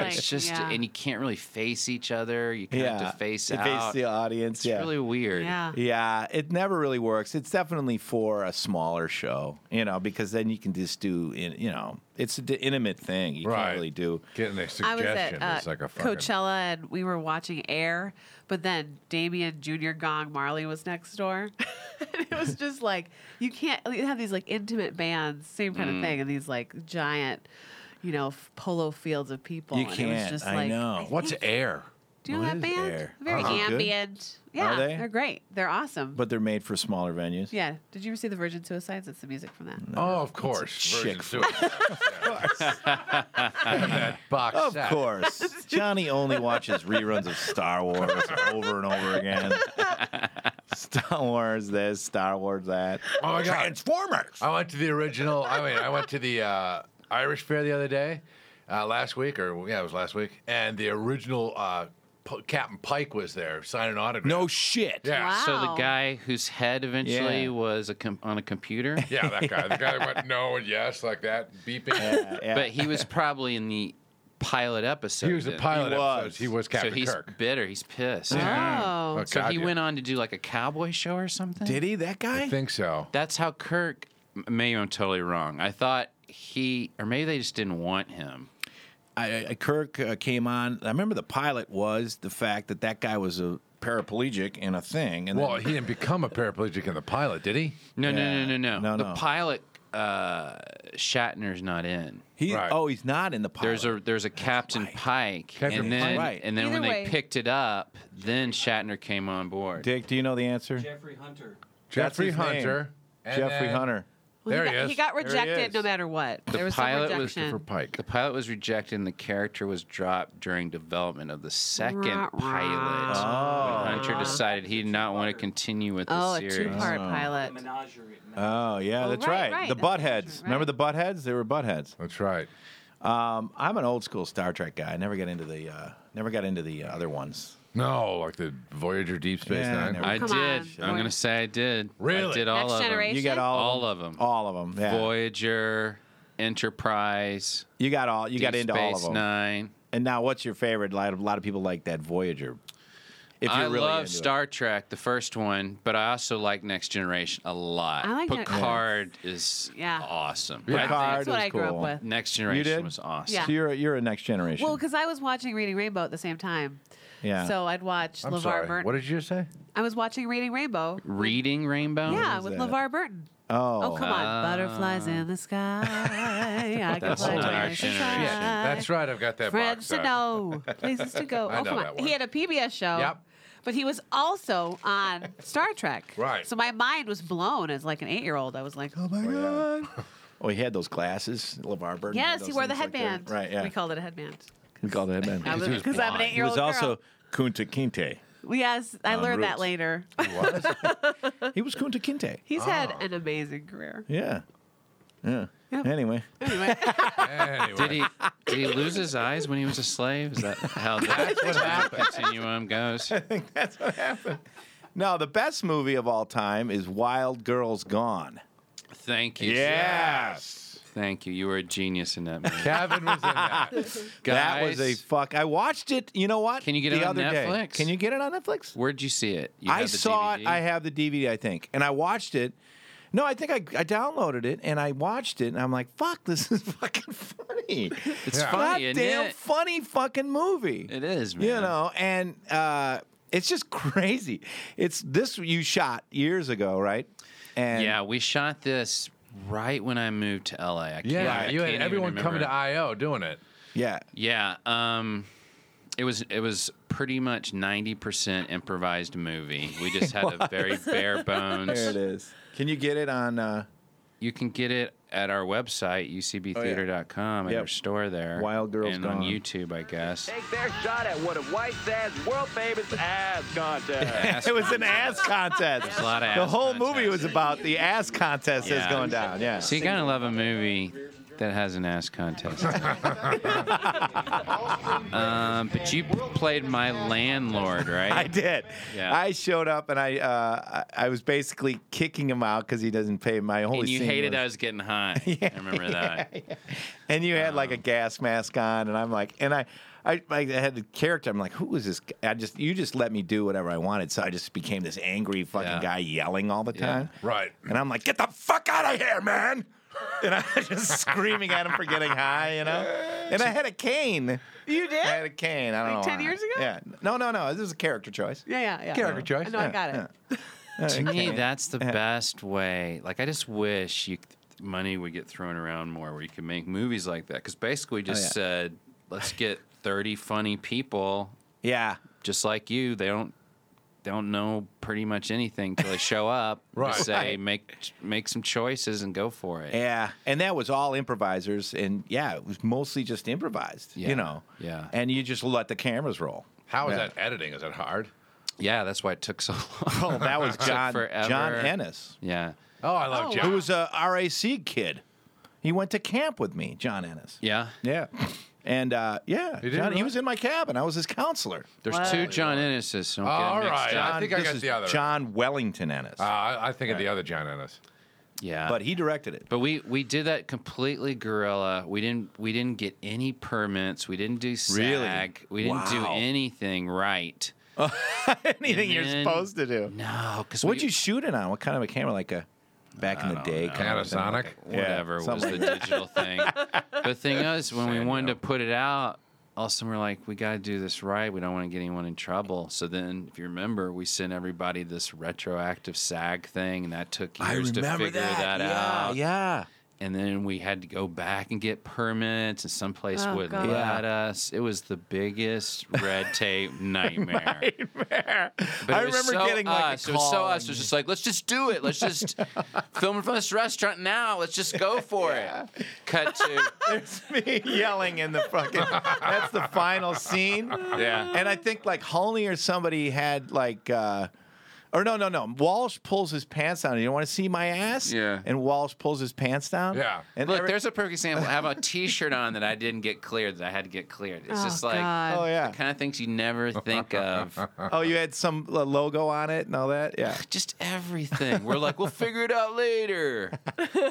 [SPEAKER 3] Like-
[SPEAKER 4] It's just,
[SPEAKER 3] Yeah.
[SPEAKER 4] and you can't really face each other. You kind of
[SPEAKER 2] yeah,
[SPEAKER 4] have to face
[SPEAKER 2] You
[SPEAKER 4] out.
[SPEAKER 2] the audience.
[SPEAKER 4] It's
[SPEAKER 2] yeah.
[SPEAKER 4] really weird.
[SPEAKER 3] Yeah.
[SPEAKER 2] yeah, it never really works. It's definitely for a smaller show, you know, because then you can just do, in- you know, it's an intimate thing. You
[SPEAKER 1] Right.
[SPEAKER 2] can't really do.
[SPEAKER 1] Getting a
[SPEAKER 3] I was
[SPEAKER 1] suggestion
[SPEAKER 3] at uh,
[SPEAKER 1] is like a fucking
[SPEAKER 3] Coachella and we were watching Air, but then Damien Junior Gong Marley was next door. and it was just like you can't you have these like intimate bands, same kind
[SPEAKER 1] Mm.
[SPEAKER 3] of thing, and these like giant, you know, f- polo fields of people.
[SPEAKER 2] You
[SPEAKER 3] and It
[SPEAKER 2] can't.
[SPEAKER 3] was just
[SPEAKER 2] I
[SPEAKER 3] like,
[SPEAKER 2] know.
[SPEAKER 1] What's air?
[SPEAKER 3] Do you know
[SPEAKER 2] What
[SPEAKER 3] that
[SPEAKER 2] is
[SPEAKER 3] band?
[SPEAKER 2] Air?
[SPEAKER 3] Very
[SPEAKER 2] Is it good?
[SPEAKER 3] ambient. Yeah,
[SPEAKER 2] Are they?
[SPEAKER 3] are great. They're awesome.
[SPEAKER 2] But they're made for smaller venues.
[SPEAKER 3] yeah, did you ever see the Virgin Suicides? It's the music from that.
[SPEAKER 1] Oh, of course.
[SPEAKER 2] chick
[SPEAKER 1] Virgin Suicide. Have that box
[SPEAKER 2] Of
[SPEAKER 1] set.
[SPEAKER 2] course. Johnny only watches reruns of Star Wars over and over again. Star Wars this, Star Wars that.
[SPEAKER 1] Oh my God. Oh,
[SPEAKER 2] Transformers.
[SPEAKER 1] I went to the original. I mean, I went to the uh, Irish Fair the other day, uh, last week, or yeah, it was last week, and the original uh, P- Captain Pike was there signing autographs.
[SPEAKER 2] No shit.
[SPEAKER 1] Yeah.
[SPEAKER 3] Wow.
[SPEAKER 4] So the guy whose head eventually
[SPEAKER 2] Yeah.
[SPEAKER 4] was a com- on a computer,
[SPEAKER 1] Yeah, that guy. The guy that went no and yes like that, beeping.
[SPEAKER 2] Yeah.
[SPEAKER 4] but he was probably in the pilot episode.
[SPEAKER 1] He was a
[SPEAKER 4] then.
[SPEAKER 1] pilot.
[SPEAKER 2] He
[SPEAKER 1] episode.
[SPEAKER 2] was.
[SPEAKER 1] He was Captain
[SPEAKER 4] so he's
[SPEAKER 1] Kirk.
[SPEAKER 4] bitter. He's pissed.
[SPEAKER 3] Oh.
[SPEAKER 1] Oh,
[SPEAKER 4] So
[SPEAKER 1] God,
[SPEAKER 4] he
[SPEAKER 1] yeah.
[SPEAKER 4] went on to do like a cowboy show or something.
[SPEAKER 2] Did he? That
[SPEAKER 1] I
[SPEAKER 2] guy?
[SPEAKER 1] think so.
[SPEAKER 4] That's how Kirk. Maybe I'm totally wrong. I thought he, or maybe they just didn't want him.
[SPEAKER 2] I, I, Kirk uh, came on. I remember the pilot was the fact that that guy was a paraplegic in a thing. And
[SPEAKER 1] Well,
[SPEAKER 2] then-
[SPEAKER 1] he didn't become a paraplegic in the pilot, did he?
[SPEAKER 4] No,
[SPEAKER 2] Yeah.
[SPEAKER 4] no, no, no, no.
[SPEAKER 2] No,
[SPEAKER 4] the
[SPEAKER 2] no.
[SPEAKER 4] pilot, uh, Shatner's not in.
[SPEAKER 2] he,
[SPEAKER 1] right.
[SPEAKER 2] oh, he's not in the pilot.
[SPEAKER 4] There's a there's a Captain Pike,
[SPEAKER 1] Captain
[SPEAKER 4] and then
[SPEAKER 2] Pike. Right.
[SPEAKER 4] and then
[SPEAKER 3] Either
[SPEAKER 4] when they
[SPEAKER 3] way.
[SPEAKER 4] picked it up, then Shatner came on board.
[SPEAKER 2] Dick. Do you know the answer?
[SPEAKER 5] Jeffrey Hunter.
[SPEAKER 2] That's
[SPEAKER 1] Jeffrey
[SPEAKER 2] his name.
[SPEAKER 1] Hunter. and
[SPEAKER 2] Jeffrey
[SPEAKER 1] then
[SPEAKER 2] Hunter.
[SPEAKER 1] There
[SPEAKER 3] he,
[SPEAKER 1] he
[SPEAKER 3] got,
[SPEAKER 1] is.
[SPEAKER 3] he got
[SPEAKER 2] There he
[SPEAKER 3] rejected
[SPEAKER 2] is.
[SPEAKER 3] no matter what.
[SPEAKER 4] The
[SPEAKER 3] there was some
[SPEAKER 4] pilot was
[SPEAKER 3] rejection.
[SPEAKER 1] Christopher Pike.
[SPEAKER 4] The pilot was rejected, and the character was dropped during development of the second
[SPEAKER 3] Rah, rah.
[SPEAKER 4] pilot.
[SPEAKER 2] Oh.
[SPEAKER 4] When Hunter decided he did not want to continue with the
[SPEAKER 3] Oh, a
[SPEAKER 4] series.
[SPEAKER 3] two-part
[SPEAKER 2] Oh.
[SPEAKER 5] The
[SPEAKER 3] pilot.
[SPEAKER 5] Menagerie. at Night.
[SPEAKER 2] Oh yeah,
[SPEAKER 3] Oh,
[SPEAKER 2] that's right.
[SPEAKER 3] right,
[SPEAKER 2] The
[SPEAKER 3] right. That's
[SPEAKER 2] buttheads.
[SPEAKER 3] right.
[SPEAKER 2] Remember the buttheads? They were buttheads.
[SPEAKER 1] That's right.
[SPEAKER 2] Um, I'm an old school Star Trek guy. I never got into the uh, never got into the other ones.
[SPEAKER 1] No, like the Voyager Deep Space
[SPEAKER 2] Yeah, I
[SPEAKER 1] Nine.
[SPEAKER 2] never-
[SPEAKER 4] I
[SPEAKER 3] Come
[SPEAKER 4] did.
[SPEAKER 3] on.
[SPEAKER 4] I'm gonna say I did.
[SPEAKER 1] Really?
[SPEAKER 4] I did all
[SPEAKER 3] Next
[SPEAKER 4] of
[SPEAKER 3] generation.
[SPEAKER 2] You got all,
[SPEAKER 4] All
[SPEAKER 2] of
[SPEAKER 4] of 'em.
[SPEAKER 2] All of them.
[SPEAKER 4] them.
[SPEAKER 2] Yeah.
[SPEAKER 4] Voyager, Enterprise.
[SPEAKER 2] You got all. You got
[SPEAKER 4] Deep
[SPEAKER 2] into
[SPEAKER 4] Space
[SPEAKER 2] all of them.
[SPEAKER 4] Nine.
[SPEAKER 2] And now, what's your favorite? Like, A lot of people like that Voyager. If
[SPEAKER 4] I love
[SPEAKER 2] into it.
[SPEAKER 4] Star Trek, the first one, but I also like Next Generation a lot.
[SPEAKER 3] I like Next
[SPEAKER 4] Picard is
[SPEAKER 3] Yeah.
[SPEAKER 4] awesome.
[SPEAKER 1] Yeah.
[SPEAKER 4] I think
[SPEAKER 3] That's what
[SPEAKER 2] is
[SPEAKER 3] I grew up
[SPEAKER 2] cool.
[SPEAKER 3] with.
[SPEAKER 4] Next Generation
[SPEAKER 2] did?
[SPEAKER 4] was awesome.
[SPEAKER 3] Yeah.
[SPEAKER 2] So you're a, you're a next generation.
[SPEAKER 3] Well, because I was watching Reading Rainbow at the same time.
[SPEAKER 2] Yeah.
[SPEAKER 3] So I'd watch
[SPEAKER 1] I'm
[SPEAKER 3] LeVar
[SPEAKER 1] sorry.
[SPEAKER 3] Burton.
[SPEAKER 1] What did you say?
[SPEAKER 3] I was watching Reading Rainbow.
[SPEAKER 4] Reading Rainbow.
[SPEAKER 3] yeah,
[SPEAKER 2] is
[SPEAKER 3] with
[SPEAKER 2] that?
[SPEAKER 3] LeVar Burton.
[SPEAKER 2] oh,
[SPEAKER 3] Oh, come on. Butterflies in the sky. I can
[SPEAKER 4] That's
[SPEAKER 3] fly
[SPEAKER 4] not
[SPEAKER 3] to
[SPEAKER 4] our
[SPEAKER 3] the
[SPEAKER 4] generation.
[SPEAKER 3] sky.
[SPEAKER 4] Yeah,
[SPEAKER 1] That's right. I've got that
[SPEAKER 3] Friends
[SPEAKER 1] box.
[SPEAKER 3] to
[SPEAKER 1] set.
[SPEAKER 3] know, places to go.
[SPEAKER 1] I
[SPEAKER 3] Oh,
[SPEAKER 1] know
[SPEAKER 3] come
[SPEAKER 1] that
[SPEAKER 3] on.
[SPEAKER 1] one.
[SPEAKER 3] He had a PBS show.
[SPEAKER 1] Yep.
[SPEAKER 3] But he was also on Star Trek.
[SPEAKER 1] Right.
[SPEAKER 3] So my mind was blown as like an eight year old. I was like, oh my God.
[SPEAKER 2] Oh, yeah. Oh, he had those glasses. LeVar Burton. had
[SPEAKER 3] Yes,
[SPEAKER 2] those
[SPEAKER 3] he wore the
[SPEAKER 2] things like that.
[SPEAKER 3] headband.
[SPEAKER 2] right. Yeah.
[SPEAKER 3] We called it a headband.
[SPEAKER 2] we called it headband.
[SPEAKER 3] I was-
[SPEAKER 1] he was
[SPEAKER 3] Because I'm an
[SPEAKER 1] blonde.
[SPEAKER 3] eight
[SPEAKER 2] he
[SPEAKER 3] year old.
[SPEAKER 2] was also Kunta Kinte.
[SPEAKER 3] Yes, I
[SPEAKER 2] on
[SPEAKER 3] learned
[SPEAKER 2] Roots.
[SPEAKER 3] that later.
[SPEAKER 2] He was Kunta Kinte.
[SPEAKER 3] He's had
[SPEAKER 1] Oh.
[SPEAKER 3] an amazing career.
[SPEAKER 2] Yeah. Yeah.
[SPEAKER 3] Yeah.
[SPEAKER 2] Anyway.
[SPEAKER 3] Anyway,
[SPEAKER 1] Anyway,
[SPEAKER 4] Did he did he lose his eyes when he was a slave? Is that how that
[SPEAKER 1] what happened.
[SPEAKER 4] continuum goes?
[SPEAKER 2] That's what happened. No, the best movie of all time is Wild Girls Gone.
[SPEAKER 4] Thank you.
[SPEAKER 2] Yes.
[SPEAKER 4] Thank you. You were a genius in that movie.
[SPEAKER 1] Kevin was in that.
[SPEAKER 2] That was a
[SPEAKER 4] Guys,
[SPEAKER 2] fuck. I watched it. You know what?
[SPEAKER 4] Can you get
[SPEAKER 2] the
[SPEAKER 4] it on
[SPEAKER 2] other day.
[SPEAKER 4] Netflix?
[SPEAKER 2] Can you get it on Netflix?
[SPEAKER 4] Where'd you see it? You
[SPEAKER 2] I
[SPEAKER 4] have the
[SPEAKER 2] saw it.
[SPEAKER 4] DVD?
[SPEAKER 2] I have the DVD, I think, and I watched it. No, I think I, I downloaded it and I watched it, and I'm like, fuck, this is fucking funny.
[SPEAKER 4] It's
[SPEAKER 1] Yeah.
[SPEAKER 4] funny, isn't
[SPEAKER 2] Goddamn
[SPEAKER 4] it?
[SPEAKER 2] funny fucking movie.
[SPEAKER 4] It is, man.
[SPEAKER 2] You know, and uh, it's just crazy. It's this you shot years ago, right? And
[SPEAKER 4] Yeah, we shot this right when I moved to LA. I can't,
[SPEAKER 1] Yeah,
[SPEAKER 4] I
[SPEAKER 1] you
[SPEAKER 4] can't
[SPEAKER 1] had
[SPEAKER 4] even
[SPEAKER 1] everyone coming
[SPEAKER 4] remember.
[SPEAKER 1] to IO doing it.
[SPEAKER 2] yeah.
[SPEAKER 4] Yeah, um, it was it was pretty much ninety percent improvised movie. We just had a very bare
[SPEAKER 2] There it
[SPEAKER 4] bones.
[SPEAKER 2] is. Can you get it on? Uh,
[SPEAKER 4] You can get it at our website ucbtheater.com at
[SPEAKER 2] Oh, Yep.
[SPEAKER 4] our store there.
[SPEAKER 2] Wild Girls
[SPEAKER 4] and on
[SPEAKER 2] Gone.
[SPEAKER 4] YouTube, I guess.
[SPEAKER 6] take their shot at what a white ass world famous ass contest.
[SPEAKER 2] it was an ass contest.
[SPEAKER 4] a lot of
[SPEAKER 2] the
[SPEAKER 4] ass
[SPEAKER 2] whole
[SPEAKER 4] contest.
[SPEAKER 2] movie was about the ass contest that's
[SPEAKER 4] Yeah.
[SPEAKER 2] going down. Yeah.
[SPEAKER 4] So you gotta love a movie that has an ass contest. um, but you played my landlord, right?
[SPEAKER 2] I did.
[SPEAKER 4] Yeah.
[SPEAKER 2] I showed up and I uh, I I was basically kicking him out because he doesn't pay my whole.
[SPEAKER 4] and you hated I was getting high. I remember that.
[SPEAKER 2] And you had like a gas mask on, and I'm like, and I. I, I had the character. I'm like, who is this? g- I just you just let me do whatever I wanted, so I just became this angry fucking
[SPEAKER 4] Yeah.
[SPEAKER 2] guy yelling all the
[SPEAKER 4] Yeah.
[SPEAKER 2] time.
[SPEAKER 1] Right.
[SPEAKER 2] And I'm like, get the fuck out of here, man! And I was just screaming at him for getting high, you know. And I had a cane.
[SPEAKER 3] you did?
[SPEAKER 2] I
[SPEAKER 3] Yeah,
[SPEAKER 2] had a cane. I don't
[SPEAKER 3] Like
[SPEAKER 2] know.
[SPEAKER 3] 10
[SPEAKER 2] why.
[SPEAKER 3] years ago?
[SPEAKER 2] Yeah. No, no, no. This is a character choice. Uh,
[SPEAKER 3] yeah, yeah.
[SPEAKER 1] Character choice.
[SPEAKER 3] I know, I
[SPEAKER 2] Yeah,
[SPEAKER 3] got it.
[SPEAKER 4] to me,
[SPEAKER 2] Okay.
[SPEAKER 4] that's the best way. Like, I just wish you money would get thrown around more, where you could make movies like that. Because basically, we just
[SPEAKER 2] Oh, yeah.
[SPEAKER 4] said, let's get thirty funny people
[SPEAKER 2] Yeah.
[SPEAKER 4] just like you. They don't they don't know pretty much anything till they show up.
[SPEAKER 1] Right.
[SPEAKER 4] Just say
[SPEAKER 2] Right.
[SPEAKER 4] make make some choices and go for it.
[SPEAKER 2] Yeah, and that was all improvisers, and yeah, it was mostly just improvised.
[SPEAKER 4] Yeah,
[SPEAKER 2] You know.
[SPEAKER 4] yeah.
[SPEAKER 2] And you just let the cameras roll.
[SPEAKER 1] How is
[SPEAKER 2] Yeah.
[SPEAKER 1] that editing? Is that hard?
[SPEAKER 4] yeah, that's why it took so long.
[SPEAKER 2] Oh, that was John
[SPEAKER 4] forever.
[SPEAKER 2] John Ennis,
[SPEAKER 4] yeah.
[SPEAKER 1] Oh, I love
[SPEAKER 3] Oh,
[SPEAKER 1] John.
[SPEAKER 2] who was a RAC kid. He went to camp with me, John Ennis.
[SPEAKER 4] Yeah.
[SPEAKER 2] Yeah. And uh, yeah,
[SPEAKER 1] He did,
[SPEAKER 2] John, he
[SPEAKER 1] really?
[SPEAKER 2] was in my cabin. I was his counselor.
[SPEAKER 4] There's two John Ennis's. So don't
[SPEAKER 1] All
[SPEAKER 4] get it mixed
[SPEAKER 1] right.
[SPEAKER 4] up.
[SPEAKER 1] I think I
[SPEAKER 2] this
[SPEAKER 1] got
[SPEAKER 2] is
[SPEAKER 1] the other. Ah.
[SPEAKER 2] John Wellington Ennis.
[SPEAKER 1] Uh, I, I think of the other John Ennis.
[SPEAKER 4] Yeah.
[SPEAKER 2] But he directed it.
[SPEAKER 4] But we we did that completely guerrilla. We didn't we didn't get any permits. We didn't do
[SPEAKER 2] Really?
[SPEAKER 4] SAG. We didn't do
[SPEAKER 2] Wow.
[SPEAKER 4] anything right.
[SPEAKER 2] Anything you're
[SPEAKER 4] then-
[SPEAKER 2] supposed to do.
[SPEAKER 4] No, because
[SPEAKER 2] What'd you shoot it on? What kind of a camera? Like a back in the day kind of thing?
[SPEAKER 1] Panasonic.
[SPEAKER 2] Yeah,
[SPEAKER 4] whatever was
[SPEAKER 2] something
[SPEAKER 4] the
[SPEAKER 2] like
[SPEAKER 4] digital thing. The thing is, when we
[SPEAKER 1] Saying
[SPEAKER 4] wanted
[SPEAKER 1] no.
[SPEAKER 4] to put it out, also we're like, we got to do this right. We don't want to get anyone in trouble. So then, if you remember, we sent everybody this retroactive SAG thing, and that took years to figure that, out.
[SPEAKER 2] Yeah,
[SPEAKER 4] And then we had to go back and get permits, and someplace
[SPEAKER 3] Oh,
[SPEAKER 4] wouldn't
[SPEAKER 3] God.
[SPEAKER 4] let us. It was the biggest red tape nightmare. But
[SPEAKER 2] I
[SPEAKER 4] it was
[SPEAKER 2] remember
[SPEAKER 4] so
[SPEAKER 2] getting like
[SPEAKER 4] us.
[SPEAKER 2] a
[SPEAKER 4] it was so
[SPEAKER 2] call
[SPEAKER 4] us. It was just like, let's just do it. Let's just film in front of this restaurant now. Let's just go for it. Cut to
[SPEAKER 2] There's me yelling in the fucking. That's the final scene.
[SPEAKER 4] Yeah.
[SPEAKER 2] And I think like Holney or somebody had like, uh, or no, no, no. Walsh pulls his pants down. You don't want to see my ass.
[SPEAKER 4] Yeah.
[SPEAKER 2] And Walsh pulls his pants down.
[SPEAKER 1] Yeah.
[SPEAKER 2] And
[SPEAKER 4] Look,
[SPEAKER 2] every-
[SPEAKER 4] there's a perfect example. I have a T-shirt on that I didn't get cleared. That I had to get cleared. It's
[SPEAKER 3] oh,
[SPEAKER 4] just like
[SPEAKER 3] God.
[SPEAKER 2] Oh yeah.
[SPEAKER 4] kind of things you never think of.
[SPEAKER 2] Oh, you had some uh, logo on it and all that. Yeah.
[SPEAKER 4] Just everything. We're like, we'll figure it out later. and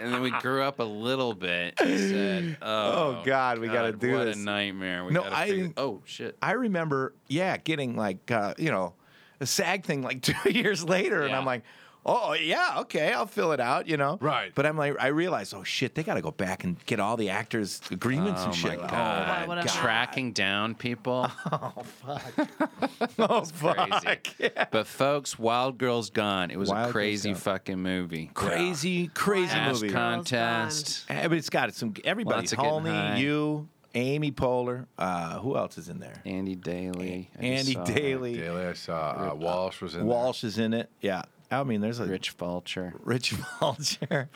[SPEAKER 4] then we grew up a little bit. And said, oh,
[SPEAKER 2] Oh, God, we gotta do
[SPEAKER 4] what
[SPEAKER 2] this."
[SPEAKER 4] a nightmare. We
[SPEAKER 2] No,
[SPEAKER 4] gotta
[SPEAKER 2] I-
[SPEAKER 4] figure- Oh shit.
[SPEAKER 2] I remember, yeah, getting like, uh, you know, a SAG thing like two years later, and
[SPEAKER 4] Yeah.
[SPEAKER 2] I'm like, oh yeah, okay, I'll fill it out, you know.
[SPEAKER 1] Right.
[SPEAKER 2] But I'm like, I realized, oh shit, they got to go back and get all the actors' agreements
[SPEAKER 4] Oh
[SPEAKER 2] and
[SPEAKER 4] my
[SPEAKER 2] shit.
[SPEAKER 4] god!
[SPEAKER 3] what a God.
[SPEAKER 4] Tracking down people.
[SPEAKER 2] Oh, oh fuck.
[SPEAKER 4] crazy. But folks, Wild Girls Gone. It was
[SPEAKER 2] Wild
[SPEAKER 4] a
[SPEAKER 2] Girls
[SPEAKER 4] crazy
[SPEAKER 2] Gone.
[SPEAKER 4] fucking movie.
[SPEAKER 2] Crazy, crazy
[SPEAKER 4] Ass
[SPEAKER 2] movie.
[SPEAKER 3] Girls
[SPEAKER 4] contest.
[SPEAKER 2] Eh, but it's got some everybody.
[SPEAKER 4] Lots of getting high.
[SPEAKER 2] Holney, you, Amy Poehler, uh, who else is in there?
[SPEAKER 4] Andy Daly. I just
[SPEAKER 2] Andy
[SPEAKER 4] saw
[SPEAKER 2] Daly,
[SPEAKER 1] Daily, I saw uh, Walsh was in. there.
[SPEAKER 2] Walsh is in it. Yeah. I mean, there's a
[SPEAKER 4] that. Rich Vulture.
[SPEAKER 2] Rich Vulture.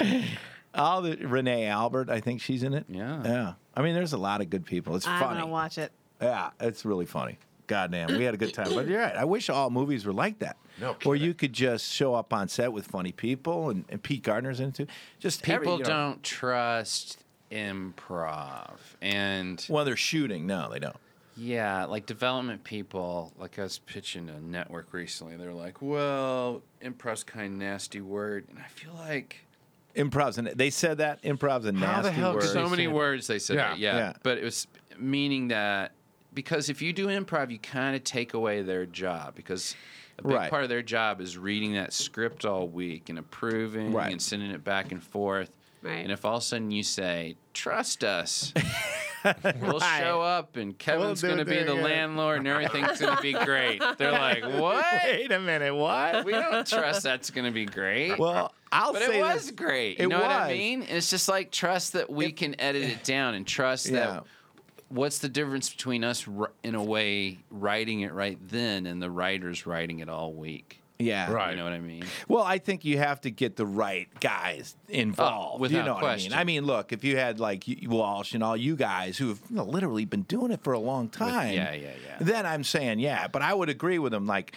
[SPEAKER 2] All the Renee Albert, I think she's in it.
[SPEAKER 4] Yeah.
[SPEAKER 2] Yeah. I mean, there's a lot of good people. It's
[SPEAKER 3] I'm
[SPEAKER 2] funny.
[SPEAKER 3] gonna watch it.
[SPEAKER 2] Yeah, it's really funny. Goddamn, we had a good time. But you're right. I wish all movies were like that.
[SPEAKER 1] No
[SPEAKER 2] Or
[SPEAKER 1] kidding.
[SPEAKER 2] you could just show up on set with funny people and, and Pete Gardner's in it too. Just
[SPEAKER 4] People
[SPEAKER 2] every- you know,
[SPEAKER 4] don't trust improv. And
[SPEAKER 2] When they're shooting, no, they don't.
[SPEAKER 4] yeah, like development people, like I was pitching a network recently, they're like, well, improv's kind of nasty word. And I feel like.
[SPEAKER 2] Improv's and they said that improv's a nasty
[SPEAKER 1] How the hell
[SPEAKER 2] word.
[SPEAKER 1] could
[SPEAKER 4] so
[SPEAKER 1] they
[SPEAKER 4] many
[SPEAKER 1] said-
[SPEAKER 4] words they said
[SPEAKER 1] Yeah.
[SPEAKER 4] that, yeah.
[SPEAKER 2] Yeah.
[SPEAKER 4] But it was meaning that because if you do improv, you kind of take away their job because a big
[SPEAKER 2] Right.
[SPEAKER 4] part of their job is reading that script all week and approving
[SPEAKER 2] Right.
[SPEAKER 4] and sending it back and forth.
[SPEAKER 3] Right.
[SPEAKER 4] And if all of a sudden you say, "Trust us," we'll show up and Kevin's
[SPEAKER 2] do
[SPEAKER 4] going to
[SPEAKER 2] it
[SPEAKER 4] be
[SPEAKER 2] there
[SPEAKER 4] the
[SPEAKER 2] again.
[SPEAKER 4] landlord and everything's going to be great. They're like, "What?
[SPEAKER 2] Wait a minute, what?
[SPEAKER 4] We don't trust that's going to be great."
[SPEAKER 2] well, I'll
[SPEAKER 4] But
[SPEAKER 2] say
[SPEAKER 4] it was
[SPEAKER 2] this.
[SPEAKER 4] great. You
[SPEAKER 2] It
[SPEAKER 4] know what I
[SPEAKER 2] was.
[SPEAKER 4] mean? And it's just like trust that we can edit it down and trust
[SPEAKER 2] Yeah.
[SPEAKER 4] that what's the difference between us ri- in a way writing it right then and the writers writing it all week.
[SPEAKER 2] Yeah.
[SPEAKER 1] Right.
[SPEAKER 4] You know what I mean?
[SPEAKER 2] Well, I think you have to get the right guys involved. you
[SPEAKER 4] without
[SPEAKER 2] know
[SPEAKER 4] question.
[SPEAKER 2] what I mean? I mean, look, if you had like y- Walsh and all you guys who have you know, literally been doing it for a long time,
[SPEAKER 4] yeah, yeah, yeah.
[SPEAKER 2] Then I'm saying yeah, but I would agree with him. Like,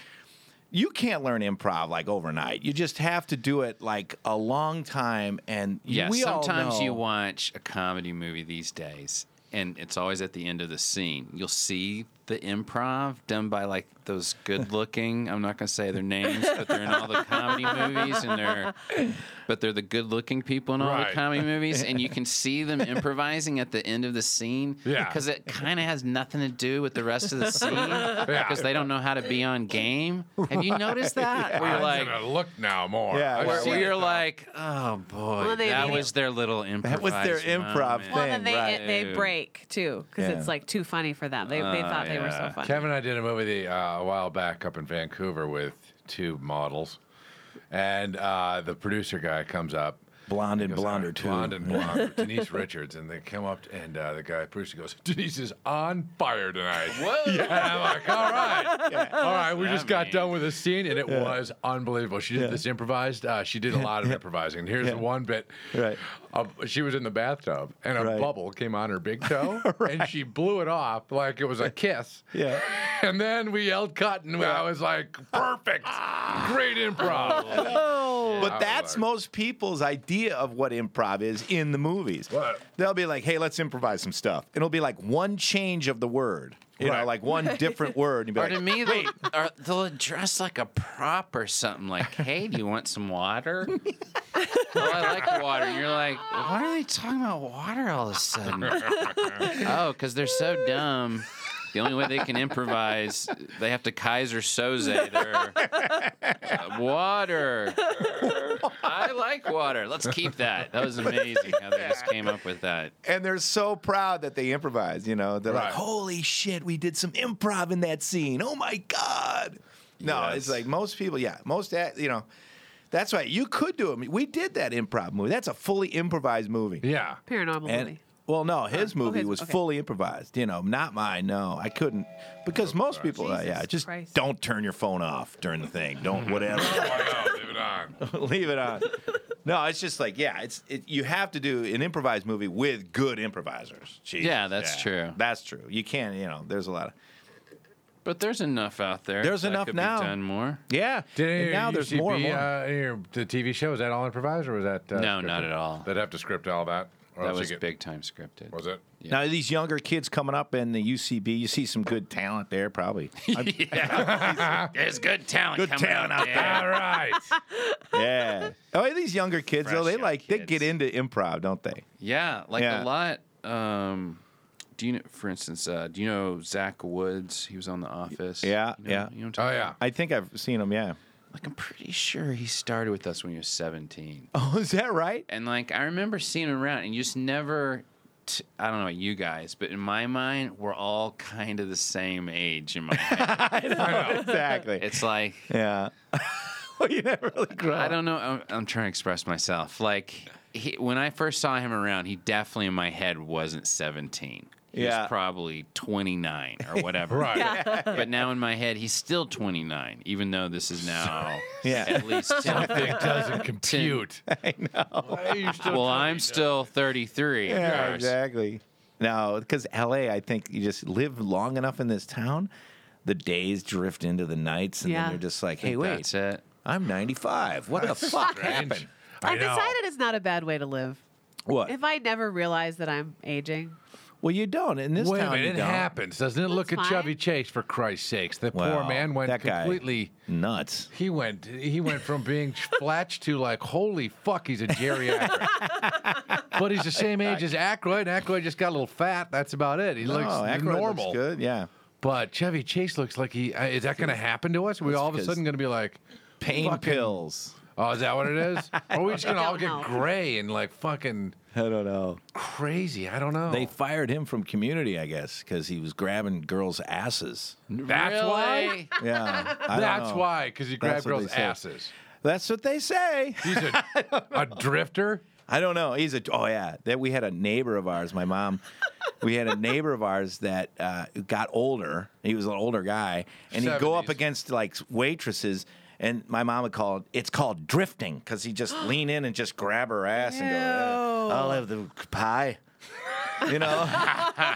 [SPEAKER 2] you can't learn improv like overnight. You just have to do it like a long time, and
[SPEAKER 4] Yeah,
[SPEAKER 2] we all
[SPEAKER 4] sometimes you
[SPEAKER 2] know-
[SPEAKER 4] watch a comedy movie these days and it's always at the end of the scene. You'll see the improv done by like those good looking, I'm not going to say their names, but they're in all the comedy movies and they're but they're the good looking people in all the
[SPEAKER 1] Right.
[SPEAKER 4] comedy movies and you can see them improvising at the end of the scene
[SPEAKER 1] Yeah.
[SPEAKER 4] because it kind of has nothing to do with the rest of the scene
[SPEAKER 1] Yeah.
[SPEAKER 4] because they don't know how to be on game. Have you noticed that? Where you're
[SPEAKER 1] I'm
[SPEAKER 4] like
[SPEAKER 1] gonna look now more.
[SPEAKER 2] Yeah, where-
[SPEAKER 1] I've
[SPEAKER 4] where,
[SPEAKER 1] seen
[SPEAKER 4] where
[SPEAKER 1] it
[SPEAKER 4] you're
[SPEAKER 1] now.
[SPEAKER 4] like, oh boy,
[SPEAKER 3] Well, they
[SPEAKER 4] that
[SPEAKER 3] need
[SPEAKER 4] was their little improv.
[SPEAKER 2] was their improv
[SPEAKER 4] moment.
[SPEAKER 3] Well, then
[SPEAKER 2] Thing,
[SPEAKER 3] they
[SPEAKER 2] right.
[SPEAKER 3] they break too because
[SPEAKER 2] Yeah.
[SPEAKER 3] it's like too funny for them. They, they thought they were so funny.
[SPEAKER 1] Uh, Kevin and I did a movie the, uh, a while back up in Vancouver with two models, and uh, the producer guy comes up.
[SPEAKER 2] blonde and
[SPEAKER 1] goes,
[SPEAKER 4] uh,
[SPEAKER 2] blonder
[SPEAKER 1] "All right,
[SPEAKER 2] too.
[SPEAKER 1] Blonde and blonder. Denise Richards, and they come up, and uh, the guy producer goes, "Denise is on fire tonight."
[SPEAKER 4] Whoa.
[SPEAKER 1] And I'm like, "All right, all right." We
[SPEAKER 4] That
[SPEAKER 1] just got
[SPEAKER 4] means-
[SPEAKER 1] done with this scene, and it was unbelievable. She did this improvised. Uh, she did a lot of improvising. And here's the one bit.
[SPEAKER 2] Right.
[SPEAKER 1] Uh, she was in the bathtub, and a
[SPEAKER 2] Right.
[SPEAKER 1] bubble came on her big toe, and she blew it off like it was a kiss.
[SPEAKER 2] Yeah.
[SPEAKER 1] And then we yelled cut, and I was like, perfect. Great improv.
[SPEAKER 2] But
[SPEAKER 1] I
[SPEAKER 2] that's
[SPEAKER 1] learned.
[SPEAKER 2] most people's idea of what improv is in the movies.
[SPEAKER 1] What?
[SPEAKER 2] They'll be like, "Hey, let's improvise some stuff." It'll be like one change of the word, you know,
[SPEAKER 1] Right.
[SPEAKER 2] like one different word. And you'll
[SPEAKER 4] Or to
[SPEAKER 2] be like,
[SPEAKER 4] me, they'll, or they'll address like a prop or something like, hey, do you want some water? oh, I like water. And you're like, why are they talking about water all of a sudden? oh, because they're so dumb. The only way they can improvise, they have to Kaiser Soze their uh, water. I like water. Let's keep that. That was amazing how they just came up with that.
[SPEAKER 2] and they're so proud that they improvise. You know, they're like,
[SPEAKER 1] Right.
[SPEAKER 2] "Holy shit, we did some improv in that scene! Oh my god!" No, it's
[SPEAKER 4] Yes.
[SPEAKER 2] like most people. Yeah, most act- you know. That's right. You could do it. We did that improv movie. That's a fully improvised movie.
[SPEAKER 1] Yeah.
[SPEAKER 3] Paranormal
[SPEAKER 2] And-
[SPEAKER 3] movie.
[SPEAKER 2] Well, no, his
[SPEAKER 3] Oh,
[SPEAKER 2] movie
[SPEAKER 3] his-
[SPEAKER 2] was
[SPEAKER 3] okay.
[SPEAKER 2] fully improvised. You know, not mine. No, I couldn't because most people, uh,
[SPEAKER 3] Jesus
[SPEAKER 2] yeah, just
[SPEAKER 3] Christ.
[SPEAKER 2] don't turn your phone off during the thing. Don't whatever. leave it on. No, it's just like yeah, it's it, you have to do an improvised movie with good improvisers. Jesus,
[SPEAKER 4] Yeah, that's true.
[SPEAKER 2] That's true. You can, you know, there's a lot of
[SPEAKER 4] But there's enough out there.
[SPEAKER 2] There's
[SPEAKER 4] that
[SPEAKER 2] enough
[SPEAKER 4] could
[SPEAKER 2] now.
[SPEAKER 4] Be done more.
[SPEAKER 2] yeah.
[SPEAKER 1] Did any
[SPEAKER 2] and now
[SPEAKER 1] of your
[SPEAKER 2] there's more and
[SPEAKER 1] UCB,
[SPEAKER 2] more.
[SPEAKER 1] Uh, any of your- the TV show, was that all improvised or was that? Uh,
[SPEAKER 4] No, not
[SPEAKER 1] scripted?
[SPEAKER 4] at all.
[SPEAKER 1] They'd have to script all that. or
[SPEAKER 4] That
[SPEAKER 1] else you
[SPEAKER 4] was
[SPEAKER 1] get-
[SPEAKER 4] big time scripted.
[SPEAKER 1] Was it?
[SPEAKER 2] Now these younger kids coming up in the UCB, you see some good talent there, probably.
[SPEAKER 4] There's good talent.
[SPEAKER 2] Good
[SPEAKER 4] coming
[SPEAKER 2] talent out
[SPEAKER 4] out there.
[SPEAKER 1] All right.
[SPEAKER 2] yeah. Oh, these younger kids though,
[SPEAKER 4] Fresh
[SPEAKER 2] they
[SPEAKER 4] young
[SPEAKER 2] like they
[SPEAKER 4] kids.
[SPEAKER 2] get into improv, don't they?
[SPEAKER 4] Yeah, like a
[SPEAKER 2] Yeah.
[SPEAKER 4] lot. Um, do you know, for instance, uh, do you know Zach Woods? He was on The Office.
[SPEAKER 2] Yeah,
[SPEAKER 4] You know- You
[SPEAKER 2] yeah.
[SPEAKER 4] know what I'm
[SPEAKER 1] Oh
[SPEAKER 4] talking
[SPEAKER 1] yeah.
[SPEAKER 4] about?
[SPEAKER 2] I think I've seen them. Yeah.
[SPEAKER 4] Like I'm pretty sure he started with us when he was 17,
[SPEAKER 2] Oh, is that right?
[SPEAKER 4] and like I remember seeing him around, and you just never. T- I don't know about you guys, but in my mind, we're all kind of the same age. In my head,
[SPEAKER 2] exactly.
[SPEAKER 4] it's like
[SPEAKER 2] yeah. well, you never really grow.
[SPEAKER 4] I
[SPEAKER 2] up.
[SPEAKER 4] don't know. I'm, I'm trying to express myself. Like he, when I first saw him around, he definitely in my head wasn't 17. He
[SPEAKER 2] Yeah.
[SPEAKER 4] was probably 29 or whatever.
[SPEAKER 1] Right.
[SPEAKER 4] But now in my head, he's still 29, even though this is now
[SPEAKER 2] Yeah.
[SPEAKER 4] at least 10.
[SPEAKER 1] It doesn't compute. I know.
[SPEAKER 4] Well, I'm still 33. of
[SPEAKER 2] Yeah,
[SPEAKER 4] course.
[SPEAKER 2] exactly. No, because LA, I think you just live long enough in this town, the days drift into the nights, and
[SPEAKER 3] Yeah.
[SPEAKER 2] then you're just like, hey, wait,
[SPEAKER 4] That's it.
[SPEAKER 2] I'm 95. What the fuck happened?
[SPEAKER 1] I
[SPEAKER 3] I've
[SPEAKER 1] know.
[SPEAKER 3] decided it's not a bad way to live.
[SPEAKER 2] What?
[SPEAKER 3] If I never realize that I'm aging,
[SPEAKER 2] well, you don't in this
[SPEAKER 1] Wait a
[SPEAKER 2] town.
[SPEAKER 1] minute,
[SPEAKER 2] you
[SPEAKER 1] it
[SPEAKER 2] don't.
[SPEAKER 1] happens, doesn't it? Look at
[SPEAKER 3] That's
[SPEAKER 1] Chevy
[SPEAKER 3] fine.
[SPEAKER 1] Chase, for Christ's sakes. The
[SPEAKER 2] Well,
[SPEAKER 1] poor man went
[SPEAKER 2] that guy-
[SPEAKER 1] completely.
[SPEAKER 2] Nuts.
[SPEAKER 1] He went. He went from being flatch to like, holy fuck, he's a geriatric. but he's the same age as Aykroyd. Aykroyd just got a little fat. That's about it. He looks
[SPEAKER 2] oh, Aykroyd
[SPEAKER 1] normal.
[SPEAKER 2] Looks good. Yeah.
[SPEAKER 1] But Chevy Chase looks like he. Uh, is that going to happen to us? Are we all of a
[SPEAKER 2] because-
[SPEAKER 1] sudden going to be like,
[SPEAKER 2] Pain
[SPEAKER 1] Fucking-
[SPEAKER 2] pills.
[SPEAKER 1] oh, is that what it is? or are we just going to all
[SPEAKER 3] Don't
[SPEAKER 1] get
[SPEAKER 3] know.
[SPEAKER 1] gray and like fucking
[SPEAKER 2] I don't know.
[SPEAKER 1] crazy? I don't know.
[SPEAKER 2] They fired him from community, I guess, because he was grabbing girls' asses.
[SPEAKER 1] That's why.
[SPEAKER 2] Yeah. I don't
[SPEAKER 1] That's
[SPEAKER 2] know.
[SPEAKER 1] why, because he grabbed
[SPEAKER 2] That's what they
[SPEAKER 1] girls'
[SPEAKER 2] say.
[SPEAKER 1] asses.
[SPEAKER 2] That's what they say.
[SPEAKER 1] He's a, a drifter.
[SPEAKER 2] I don't know. He's a oh yeah. That we had a neighbor of ours. My mom, we had a neighbor of ours that uh, got older. He was an older guy, and he'd go up
[SPEAKER 1] 70s.
[SPEAKER 2] against like waitresses. And my mom would call it. It's called drifting because he just lean in and just grab her ass and go. "Uh, I'll have the pie. You know,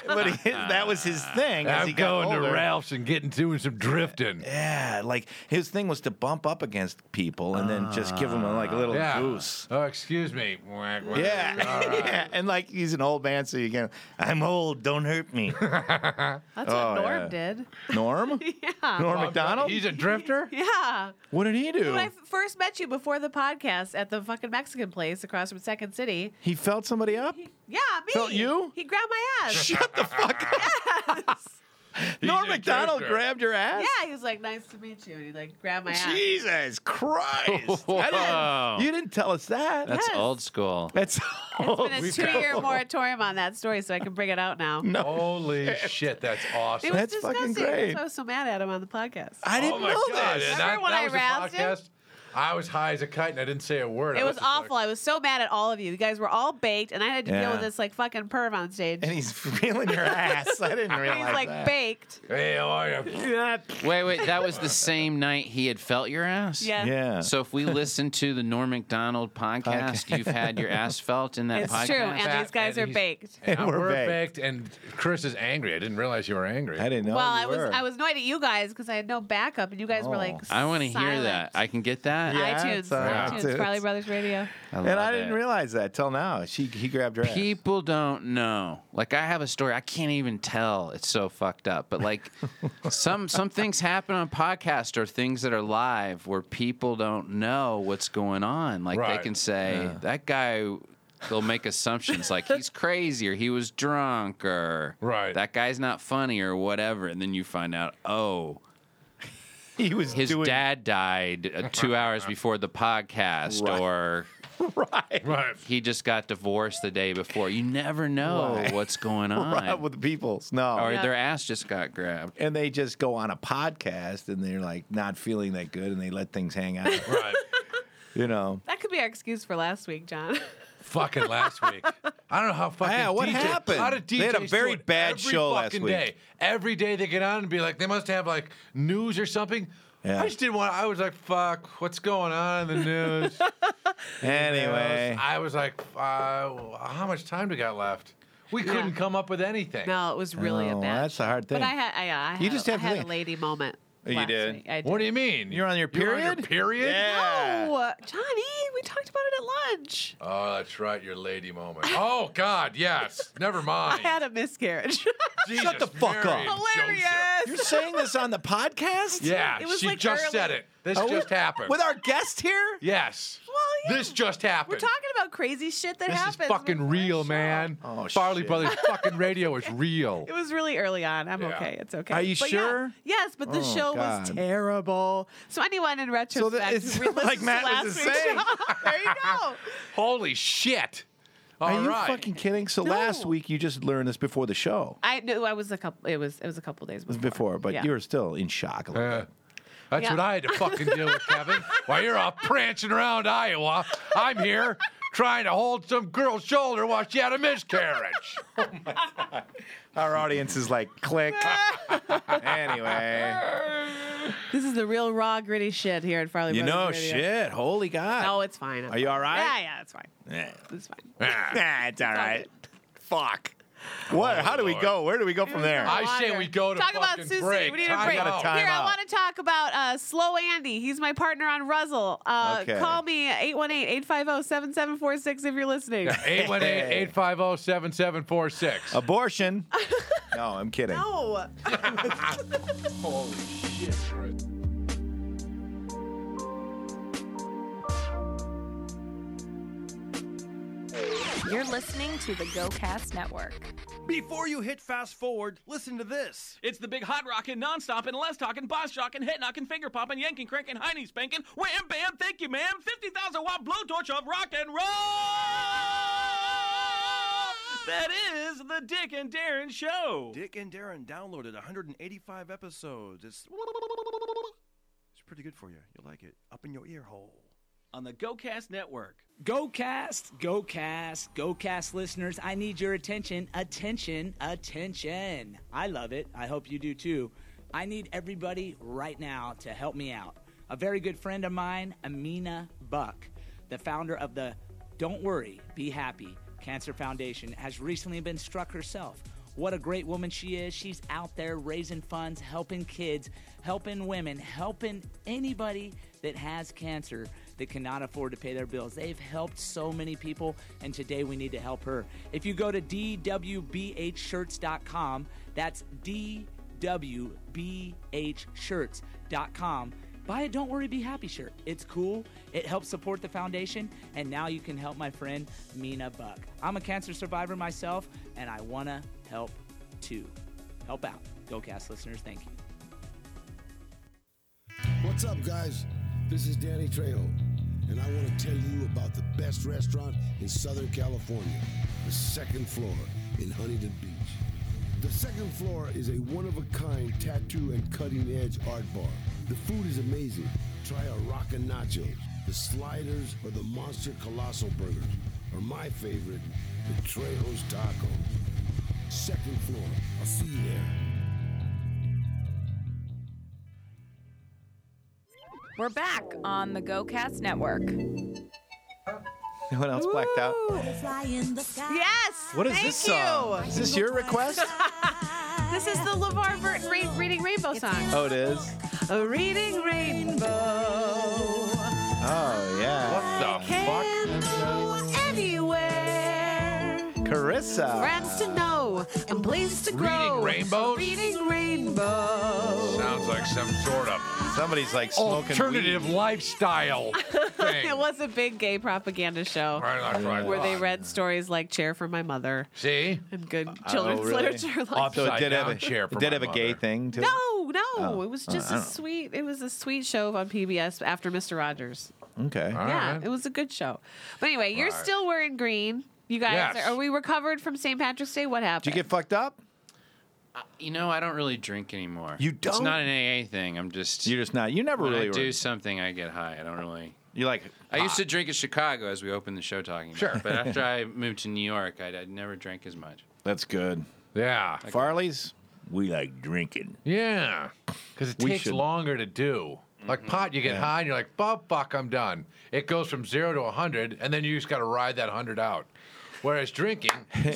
[SPEAKER 2] but he, that was his thing. as
[SPEAKER 1] I'm
[SPEAKER 2] he got
[SPEAKER 1] going to
[SPEAKER 2] older.
[SPEAKER 1] Ralph's and getting doing some drifting.
[SPEAKER 2] Yeah, like his thing was to bump up against people and then just give them a, like a little
[SPEAKER 1] Yeah.
[SPEAKER 2] goose.
[SPEAKER 1] Oh, excuse me. Whack, whack.
[SPEAKER 2] Yeah. yeah. And like he's an old man, so you can I'm old, don't hurt me.
[SPEAKER 3] that's
[SPEAKER 2] Oh,
[SPEAKER 3] what Norm
[SPEAKER 2] yeah.
[SPEAKER 3] did.
[SPEAKER 2] Norm?
[SPEAKER 3] Yeah.
[SPEAKER 2] Norm McDonald?
[SPEAKER 1] He's a drifter.
[SPEAKER 3] Yeah.
[SPEAKER 2] what did he do?
[SPEAKER 3] When I first met you before the podcast at the fucking Mexican place across from Second City,
[SPEAKER 2] He felt somebody up?
[SPEAKER 3] yeah, me.
[SPEAKER 2] Felt you?
[SPEAKER 3] He grabbed my ass.
[SPEAKER 2] Shut the fuck up.
[SPEAKER 1] He's
[SPEAKER 2] Norm
[SPEAKER 1] a
[SPEAKER 2] McDonald
[SPEAKER 1] drifter.
[SPEAKER 2] grabbed your ass?
[SPEAKER 3] yeah, he was like, "Nice to meet you," and he like grabbed my ass.
[SPEAKER 2] Jesus Christ. I
[SPEAKER 4] Whoa.
[SPEAKER 2] didn't, you didn't tell us that.
[SPEAKER 4] That's
[SPEAKER 3] Yes.
[SPEAKER 4] old school.
[SPEAKER 2] That's old.
[SPEAKER 3] It's been a two-year moratorium on that story, so I can bring it out now.
[SPEAKER 2] No.
[SPEAKER 1] Holy shit, that's awesome.
[SPEAKER 3] It was
[SPEAKER 2] That's fucking
[SPEAKER 3] disgusting.
[SPEAKER 2] great.
[SPEAKER 3] I was so mad at him on the podcast.
[SPEAKER 2] I didn't
[SPEAKER 1] oh my
[SPEAKER 2] know
[SPEAKER 1] god!
[SPEAKER 2] this.
[SPEAKER 1] and That,
[SPEAKER 3] Remember when
[SPEAKER 1] that
[SPEAKER 3] I
[SPEAKER 1] was
[SPEAKER 3] roused
[SPEAKER 1] a
[SPEAKER 3] him?
[SPEAKER 1] podcast. I was high as a kite and I didn't say a word. I
[SPEAKER 3] It was
[SPEAKER 1] just like-
[SPEAKER 3] awful. I was so mad at all of you. You guys were all baked, and I had to
[SPEAKER 2] Yeah.
[SPEAKER 3] deal with this like fucking perv on stage.
[SPEAKER 2] And he's feeling your ass. I didn't
[SPEAKER 3] He's
[SPEAKER 2] realize
[SPEAKER 3] like
[SPEAKER 2] that.
[SPEAKER 3] baked.
[SPEAKER 1] hey, how are you?
[SPEAKER 4] Wait, wait. That was the same night he had felt your ass?
[SPEAKER 3] Yeah.
[SPEAKER 2] Yeah.
[SPEAKER 4] So if we listen to the Norm McDonald podcast, you've had your ass felt in that
[SPEAKER 3] It's
[SPEAKER 4] podcast.
[SPEAKER 3] true. And these
[SPEAKER 1] Fat,
[SPEAKER 3] guys
[SPEAKER 1] and
[SPEAKER 3] are
[SPEAKER 1] he's-
[SPEAKER 3] baked.
[SPEAKER 2] And we're baked.
[SPEAKER 1] and Chris is angry. I didn't realize you were angry.
[SPEAKER 2] I didn't know.
[SPEAKER 3] well,
[SPEAKER 2] you
[SPEAKER 3] I was
[SPEAKER 2] were.
[SPEAKER 3] I was annoyed at you guys because I had no backup, and you guys were like,
[SPEAKER 2] Oh.
[SPEAKER 4] I want to hear that.
[SPEAKER 3] silent.
[SPEAKER 4] I can get that.
[SPEAKER 3] on
[SPEAKER 2] Yeah,
[SPEAKER 3] iTunes.
[SPEAKER 2] it's on
[SPEAKER 1] Yeah.
[SPEAKER 3] iTunes,
[SPEAKER 2] iTunes.
[SPEAKER 3] Farley Brothers Radio.
[SPEAKER 2] and I didn't realize that till now. She he grabbed her ass.
[SPEAKER 4] People don't know. Like I have a story I can't even tell. It's so fucked up. But like some some things happen on podcast or things that are live where people don't know what's going on. Like
[SPEAKER 1] Right.
[SPEAKER 4] they can say that guy they'll make assumptions like he's crazy or he was drunk or
[SPEAKER 1] Right.
[SPEAKER 4] that guy's not funny or whatever and then you find out oh
[SPEAKER 2] he was
[SPEAKER 4] his
[SPEAKER 2] doing
[SPEAKER 4] dad died uh, 2 hours before the podcast
[SPEAKER 2] Right.
[SPEAKER 4] or
[SPEAKER 2] right.
[SPEAKER 1] Right.
[SPEAKER 4] he just got divorced the day before. You never know
[SPEAKER 2] Right.
[SPEAKER 4] what's going on.
[SPEAKER 2] right with the peoples. No.
[SPEAKER 4] Or
[SPEAKER 3] Yeah.
[SPEAKER 4] their ass just got grabbed.
[SPEAKER 2] And they just go on a podcast and they're like not feeling that good and they let things hang out.
[SPEAKER 1] Right.
[SPEAKER 2] you know.
[SPEAKER 3] That could be our excuse for last week, John.
[SPEAKER 1] fucking last week. I don't know how fucking.
[SPEAKER 2] Yeah, what
[SPEAKER 1] DJ
[SPEAKER 2] happened?
[SPEAKER 1] How did
[SPEAKER 2] They
[SPEAKER 1] DJs
[SPEAKER 2] had a very
[SPEAKER 1] do it
[SPEAKER 2] bad
[SPEAKER 1] every
[SPEAKER 2] show last
[SPEAKER 1] fucking
[SPEAKER 2] week.
[SPEAKER 1] Day. Every day they get on and be like, they must have like news or something.
[SPEAKER 2] Yeah.
[SPEAKER 1] I just didn't want. I was like, fuck, what's going on in the news?
[SPEAKER 2] Anyway.
[SPEAKER 1] I was like, uh, how much time do we got left? We couldn't come up with anything.
[SPEAKER 3] No, it was really
[SPEAKER 2] Oh,
[SPEAKER 3] a bad.
[SPEAKER 2] that's the hard thing.
[SPEAKER 3] But I had, I, uh, I had,
[SPEAKER 2] You just
[SPEAKER 3] a-
[SPEAKER 2] have
[SPEAKER 3] I
[SPEAKER 2] to
[SPEAKER 3] had a
[SPEAKER 2] think.
[SPEAKER 3] lady moment.
[SPEAKER 2] You
[SPEAKER 3] last
[SPEAKER 2] did?
[SPEAKER 3] Week. I did.
[SPEAKER 1] What do you mean?
[SPEAKER 2] You're on your period?
[SPEAKER 1] period.
[SPEAKER 2] Yeah.
[SPEAKER 3] No, Johnny, we talked about it at lunch.
[SPEAKER 1] Oh, that's right, your lady moment. Oh God, yes. Never
[SPEAKER 3] I
[SPEAKER 1] mind.
[SPEAKER 3] had a miscarage.
[SPEAKER 1] Jesus,
[SPEAKER 2] Shut the fuck up.
[SPEAKER 1] Mary and Joseph.
[SPEAKER 2] You're
[SPEAKER 3] Hilarious.
[SPEAKER 2] saying this on the podcast?
[SPEAKER 1] Yeah,
[SPEAKER 3] It was,
[SPEAKER 1] she
[SPEAKER 3] like,
[SPEAKER 1] just
[SPEAKER 3] early.
[SPEAKER 1] said it. This
[SPEAKER 2] Oh,
[SPEAKER 1] just happened.
[SPEAKER 2] With our guest here?
[SPEAKER 1] yes.
[SPEAKER 3] Well, yeah.
[SPEAKER 1] This just happened.
[SPEAKER 3] We're talking about crazy shit that
[SPEAKER 1] this
[SPEAKER 3] happens.
[SPEAKER 1] is fucking
[SPEAKER 3] before
[SPEAKER 1] real,
[SPEAKER 3] the show.
[SPEAKER 1] man.
[SPEAKER 2] Oh,
[SPEAKER 1] Farley
[SPEAKER 2] shit.
[SPEAKER 1] Brothers fucking radio is real.
[SPEAKER 3] It was really early on. I'm
[SPEAKER 1] Yeah.
[SPEAKER 3] okay. It's okay.
[SPEAKER 2] Are you
[SPEAKER 3] But yeah,
[SPEAKER 2] sure?
[SPEAKER 3] yes, but the
[SPEAKER 2] Oh,
[SPEAKER 3] show was
[SPEAKER 2] God.
[SPEAKER 3] terrible. So anyone in retrospect,
[SPEAKER 2] that- it's
[SPEAKER 3] who re-
[SPEAKER 2] like
[SPEAKER 3] listens to
[SPEAKER 2] Matt was
[SPEAKER 3] last
[SPEAKER 2] just
[SPEAKER 3] week's
[SPEAKER 2] saying.
[SPEAKER 3] show- there you go.
[SPEAKER 1] Holy shit. All
[SPEAKER 2] Are
[SPEAKER 1] right.
[SPEAKER 2] you fucking kidding? So last
[SPEAKER 3] No.
[SPEAKER 2] week you just learned this before the show.
[SPEAKER 3] I knew I was a couple. It was it was a couple days before.
[SPEAKER 2] Before, but
[SPEAKER 3] Yeah.
[SPEAKER 2] you were still in shock a little
[SPEAKER 1] Yeah.
[SPEAKER 2] bit.
[SPEAKER 1] Uh, That's
[SPEAKER 3] Yeah.
[SPEAKER 1] what I had to fucking deal with, Kevin. While you're off prancing around Iowa, I'm here trying to hold some girl's shoulder while she had a miscarriage.
[SPEAKER 2] Our audience is like, click. anyway.
[SPEAKER 3] This is the real raw gritty shit here at Farley.
[SPEAKER 2] You
[SPEAKER 3] Brothers
[SPEAKER 2] know,
[SPEAKER 3] Radio.
[SPEAKER 2] shit. Holy God.
[SPEAKER 3] No, it's fine. I'm
[SPEAKER 2] Are you all right?
[SPEAKER 3] Yeah, yeah, it's fine.
[SPEAKER 2] Yeah.
[SPEAKER 3] It's fine.
[SPEAKER 1] Yeah.
[SPEAKER 2] Nah, it's all right. Fuck.
[SPEAKER 1] Oh,
[SPEAKER 2] What? How do we
[SPEAKER 1] Lord.
[SPEAKER 2] go? Where do we go from there?
[SPEAKER 1] I say we go to
[SPEAKER 3] talk about
[SPEAKER 1] fucking
[SPEAKER 3] Susie.
[SPEAKER 1] break.
[SPEAKER 3] We need a
[SPEAKER 1] Time
[SPEAKER 3] break.
[SPEAKER 1] out.
[SPEAKER 2] Time
[SPEAKER 3] Here, I
[SPEAKER 2] out.
[SPEAKER 3] want to talk about uh, Slow Andy. He's my partner on Ruzzle. Uh,
[SPEAKER 2] Okay.
[SPEAKER 3] Call me oh, 818-850-7746 if you're listening.
[SPEAKER 1] 818 850 7746.
[SPEAKER 2] Abortion. no, I'm kidding.
[SPEAKER 3] No.
[SPEAKER 1] Holy shit.
[SPEAKER 5] You're listening to the GoCast Network.
[SPEAKER 7] Before you hit fast forward, listen to this.
[SPEAKER 8] It's the big hot rockin', nonstop and less talking, boss shocking, hit knocking, finger popping, yanking, cranking, hiney spanking, wham bam, thank you, ma'am. 50,000 watt blowtorch of rock and roll! That is the Dick and Darren Show.
[SPEAKER 7] Dick and Darren downloaded 185 episodes. It's it's pretty good for you. You'll like it. Up in your ear hole.
[SPEAKER 8] On the GoCast Network.
[SPEAKER 9] GoCast, GoCast, GoCast listeners, I need your attention, attention, attention. I love it. I hope you do too. I need everybody right now to help me out. A very good friend of mine, Amina Buck, the founder of the Don't Worry, Be Happy Cancer Foundation, has recently been struck herself. What a great woman she is. She's out there raising funds, helping kids, helping women, helping anybody that has cancer that cannot afford to pay their bills. They've helped so many people, and today we need to help her. If you go to dwbhshirts.com, that's dwbhshirts.com. Buy a Don't Worry Be Happy shirt. It's cool. It helps support the foundation. And now you can help my friend Mina Buck. I'm a cancer survivor myself, and I want to help too. Help out. GoCast listeners, thank you.
[SPEAKER 10] What's up, guys? This is Danny Trejo, and I want to tell you about the best restaurant in Southern California, the second floor in Huntington Beach. The second floor is a one of a kind tattoo and cutting edge art bar. The food is amazing. Try our Rockin' Nachos, the sliders, or the Monster Colossal Burgers, or my favorite, the Trejo's Tacos. Second floor. I'll see you there.
[SPEAKER 5] We're back on the GoCast Network.
[SPEAKER 2] No one else blacked out.
[SPEAKER 3] Yes.
[SPEAKER 2] What is
[SPEAKER 3] Thank
[SPEAKER 2] this
[SPEAKER 3] you.
[SPEAKER 2] song? Is this your request?
[SPEAKER 3] This is the LeVar Burton Re- Reading Rainbow song.
[SPEAKER 2] oh, it is.
[SPEAKER 3] A reading rainbow.
[SPEAKER 2] Oh, Oh yeah.
[SPEAKER 1] What the fuck?
[SPEAKER 3] Anywhere.
[SPEAKER 2] Carissa.
[SPEAKER 3] Friends to know and places to grow.
[SPEAKER 1] Reading rainbows?
[SPEAKER 3] Reading rainbow.
[SPEAKER 1] Sounds like some sort of
[SPEAKER 2] Somebody's like smoking
[SPEAKER 1] alternative
[SPEAKER 2] weed.
[SPEAKER 1] lifestyle thing.
[SPEAKER 3] it was a big gay propaganda show
[SPEAKER 1] Right, that's what I
[SPEAKER 3] where they
[SPEAKER 1] thought.
[SPEAKER 3] read stories like "Chair for My Mother"
[SPEAKER 1] See?
[SPEAKER 3] and good children's
[SPEAKER 2] Oh, really? Oh,
[SPEAKER 3] literature. Like,
[SPEAKER 1] Up-
[SPEAKER 2] So it did
[SPEAKER 1] Upside
[SPEAKER 2] have a
[SPEAKER 1] down chair for
[SPEAKER 2] It did
[SPEAKER 1] my
[SPEAKER 2] have a gay
[SPEAKER 1] mother.
[SPEAKER 2] thing too.
[SPEAKER 3] no, no,
[SPEAKER 2] Oh,
[SPEAKER 3] it was
[SPEAKER 2] uh,
[SPEAKER 3] just
[SPEAKER 2] I
[SPEAKER 3] a
[SPEAKER 2] don't-
[SPEAKER 3] sweet. It was a sweet show on PBS after Mister Rogers.
[SPEAKER 2] Okay.
[SPEAKER 1] All
[SPEAKER 3] yeah,
[SPEAKER 1] right.
[SPEAKER 3] it was a good show. But anyway, you're
[SPEAKER 1] Right.
[SPEAKER 3] still wearing green. You guys,
[SPEAKER 1] Yes.
[SPEAKER 3] are, we recovered from St. Patrick's Day? What happened?
[SPEAKER 2] Did you get fucked up?
[SPEAKER 4] You know, I don't really drink anymore.
[SPEAKER 2] You
[SPEAKER 4] It's
[SPEAKER 2] don't?
[SPEAKER 4] not an AA thing. I'm just.
[SPEAKER 2] You're just not. You never
[SPEAKER 4] when
[SPEAKER 2] really.
[SPEAKER 4] I
[SPEAKER 2] were-
[SPEAKER 4] do something, I get high. I don't really.
[SPEAKER 2] you like.
[SPEAKER 4] I used to drink in Chicago, as we opened the show talking. About.
[SPEAKER 1] Sure.
[SPEAKER 4] But after I moved to New York, I, I never drank as much.
[SPEAKER 2] That's good.
[SPEAKER 1] Yeah.
[SPEAKER 2] Farley's. We like drinking.
[SPEAKER 1] Yeah. Because it
[SPEAKER 2] We
[SPEAKER 1] takes
[SPEAKER 2] should-
[SPEAKER 1] longer to do. Like pot, you get high and you're like, "Bah, fuck, I'm done." It goes from zero to 100, and then you just got to ride that 100 out. Whereas drinking,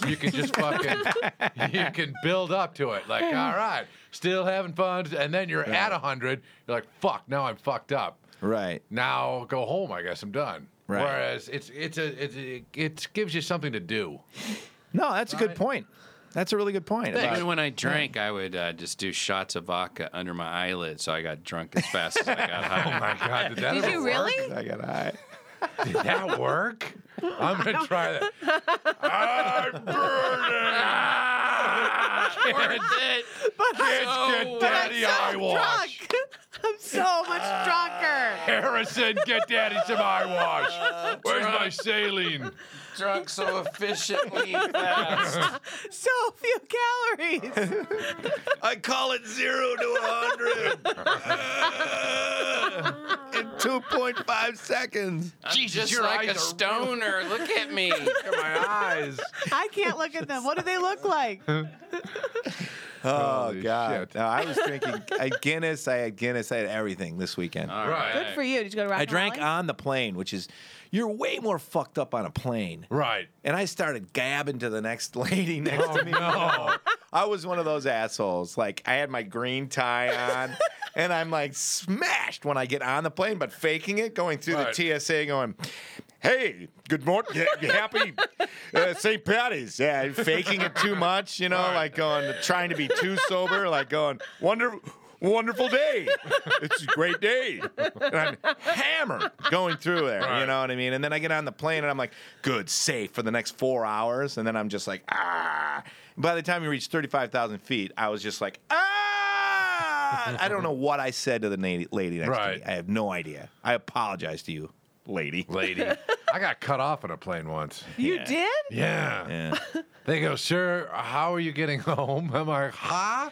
[SPEAKER 1] you can just fucking, you can build up to it. Like, all right, still having fun, and then you're at 100. You're like, "Fuck, now I'm fucked up."
[SPEAKER 2] Right.
[SPEAKER 1] Now go home. I guess I'm done.
[SPEAKER 2] Right.
[SPEAKER 1] Whereas it's it's a it's, it, it gives you something to do.
[SPEAKER 2] No, that's a good
[SPEAKER 1] Right.
[SPEAKER 2] point. That's a really good point. about-
[SPEAKER 4] Even when I drank, I would uh, just do shots of vodka under my eyelid, so I got drunk as fast as I got high.
[SPEAKER 1] My God, did that
[SPEAKER 3] Did
[SPEAKER 1] ever
[SPEAKER 3] you
[SPEAKER 1] work?
[SPEAKER 3] really?
[SPEAKER 2] I got high.
[SPEAKER 1] Did that work? I'm gonna try that. I'm
[SPEAKER 2] Oh
[SPEAKER 1] burning. Get daddy eye wash.
[SPEAKER 3] Drunk. I'm so much drunker.
[SPEAKER 1] Harrison, get daddy some eye wash. Where's my saline?
[SPEAKER 4] drunk so efficiently fast.
[SPEAKER 3] So few calories.
[SPEAKER 2] I call it zero to a 100 in 2.5 seconds.
[SPEAKER 1] Jesus,
[SPEAKER 4] just
[SPEAKER 1] your
[SPEAKER 4] like
[SPEAKER 1] eyes
[SPEAKER 4] a
[SPEAKER 1] are
[SPEAKER 4] stoner. Look at me.
[SPEAKER 1] Look at my eyes.
[SPEAKER 3] I can't look at them. What do they look like?
[SPEAKER 2] Oh,
[SPEAKER 1] Holy
[SPEAKER 2] God.
[SPEAKER 1] shit.
[SPEAKER 2] No, I was drinking I had Guinness. I had Guinness. I had everything this weekend.
[SPEAKER 4] All
[SPEAKER 1] Right.
[SPEAKER 3] Good for you. Did you go to Rock
[SPEAKER 2] I
[SPEAKER 3] and
[SPEAKER 2] drank
[SPEAKER 3] Raleigh?
[SPEAKER 2] on the plane, which is, you're way more fucked up on a plane.
[SPEAKER 1] Right.
[SPEAKER 2] And I started gabbing to the next lady next
[SPEAKER 1] Oh
[SPEAKER 2] to me.
[SPEAKER 1] no.
[SPEAKER 2] I was one of those assholes. Like I had my green tie on, and I'm like smashed when I get on the plane, but faking it, going through
[SPEAKER 1] Right.
[SPEAKER 2] the TSA, going, um, "Hey, good morning, yeah, you happy uh, St. Patty's." Yeah, and faking it too much, you know, like going, trying to be too sober, like going, "Wonder." Wonderful day. It's a great day. And I'm hammered going through there. You
[SPEAKER 1] Right.
[SPEAKER 2] know what I mean? And then I get on the plane and I'm like, good, safe for the next four hours. And then I'm just like, ah. By the time you reach 35,000 feet, I was just like, ah. I don't know what I said to the na- lady next to
[SPEAKER 1] Right.
[SPEAKER 2] me. I have no idea. I apologize to you, lady.
[SPEAKER 1] Lady. I got cut off on a plane once.
[SPEAKER 3] You did?
[SPEAKER 1] Yeah.
[SPEAKER 2] Yeah.
[SPEAKER 1] They go, sir, how are you getting home? I'm like, huh?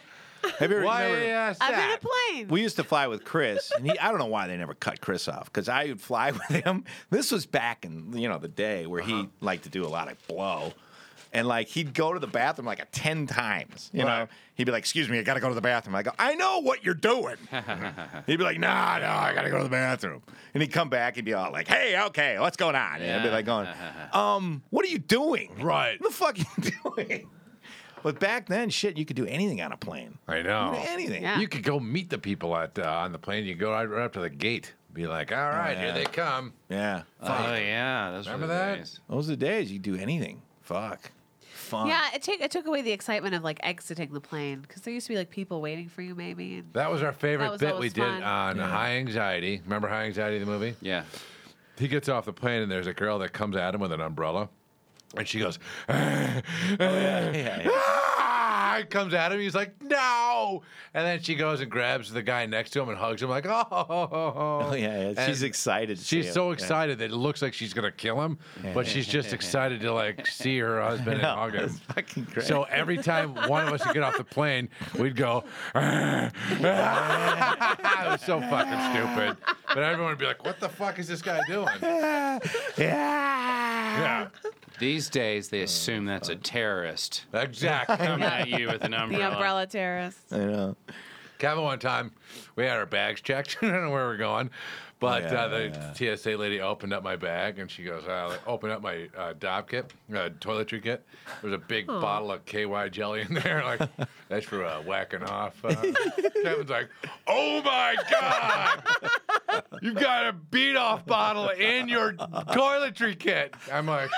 [SPEAKER 2] Have you ever,
[SPEAKER 1] Why uh,
[SPEAKER 2] remember-
[SPEAKER 1] you ask
[SPEAKER 3] I'm in a
[SPEAKER 1] that?
[SPEAKER 3] plane.
[SPEAKER 2] We used to fly with Chris, and he, I don't know why they never cut Chris off because I would fly with him. This was back in you know the day where
[SPEAKER 1] Uh-huh.
[SPEAKER 2] he liked to do a lot of blow, and like he'd go to the bathroom like a ten times. You know,
[SPEAKER 1] Right.
[SPEAKER 2] he'd be like, "Excuse me, I gotta go to the bathroom." I go, "I know what you're doing." he'd be like, "Nah, no, I gotta go to the bathroom," and he'd come back and be all like, "Hey, okay, what's going on?" And I'd be like, "Going, um, what are you doing?
[SPEAKER 1] Right.
[SPEAKER 2] What the fuck are you doing?" But back then, shit, you could do anything on a plane.
[SPEAKER 1] I know.
[SPEAKER 2] Anything.
[SPEAKER 3] Yeah.
[SPEAKER 1] You could go meet the people at uh, on the plane. You go right, right up to the gate. Be like, all right,
[SPEAKER 2] yeah.
[SPEAKER 1] here they come.
[SPEAKER 2] Yeah.
[SPEAKER 4] Oh yeah, those
[SPEAKER 1] Remember
[SPEAKER 4] were the
[SPEAKER 1] that?
[SPEAKER 4] days.
[SPEAKER 2] Those are the days you do anything. Fuck. Fun.
[SPEAKER 3] Yeah, it, take, it took away the excitement of like exiting the plane because there used to be like people waiting for you, maybe. And
[SPEAKER 1] That was our favorite
[SPEAKER 3] was
[SPEAKER 1] bit we
[SPEAKER 3] always
[SPEAKER 1] did
[SPEAKER 3] fun.
[SPEAKER 1] on High Anxiety. Remember High Anxiety, the movie?
[SPEAKER 4] Yeah.
[SPEAKER 1] He gets off the plane and there's a girl that comes at him with an umbrella, and she goes, oh,
[SPEAKER 2] Yeah,
[SPEAKER 1] ah! It comes at him. He's like, no. And then she goes and grabs the guy next to him and hugs him, like, oh.
[SPEAKER 2] Oh, yeah, yeah. She's
[SPEAKER 1] And
[SPEAKER 2] excited. to see
[SPEAKER 1] She's
[SPEAKER 2] him.
[SPEAKER 1] so
[SPEAKER 2] Yeah.
[SPEAKER 1] excited that it looks like she's gonna kill him, but she's just excited to like see her husband and hug him.
[SPEAKER 2] That's fucking great.
[SPEAKER 1] So every time one of us would get off the plane, we'd go. "Ah." it was so fucking stupid. But everyone would be like, "What the fuck is this guy doing?"
[SPEAKER 2] yeah.
[SPEAKER 1] Yeah,
[SPEAKER 4] These days they assume that's a terrorist
[SPEAKER 1] exactly.
[SPEAKER 4] coming at you with an
[SPEAKER 3] the
[SPEAKER 4] umbrella.
[SPEAKER 3] umbrella terrorist.
[SPEAKER 2] I know.
[SPEAKER 1] Kevin, one time we had our bags checked. I don't know where we we're going, but
[SPEAKER 2] Yeah,
[SPEAKER 1] uh, the TSA lady opened up my bag and she goes, uh, "Open up my uh, dob kit, uh, toiletry kit. There's a big bottle of KY jelly in there. Like that's for uh, whacking off." Uh, Kevin's like, "Oh my god!" You've got a beat off bottle in your toiletry kit. I'm like,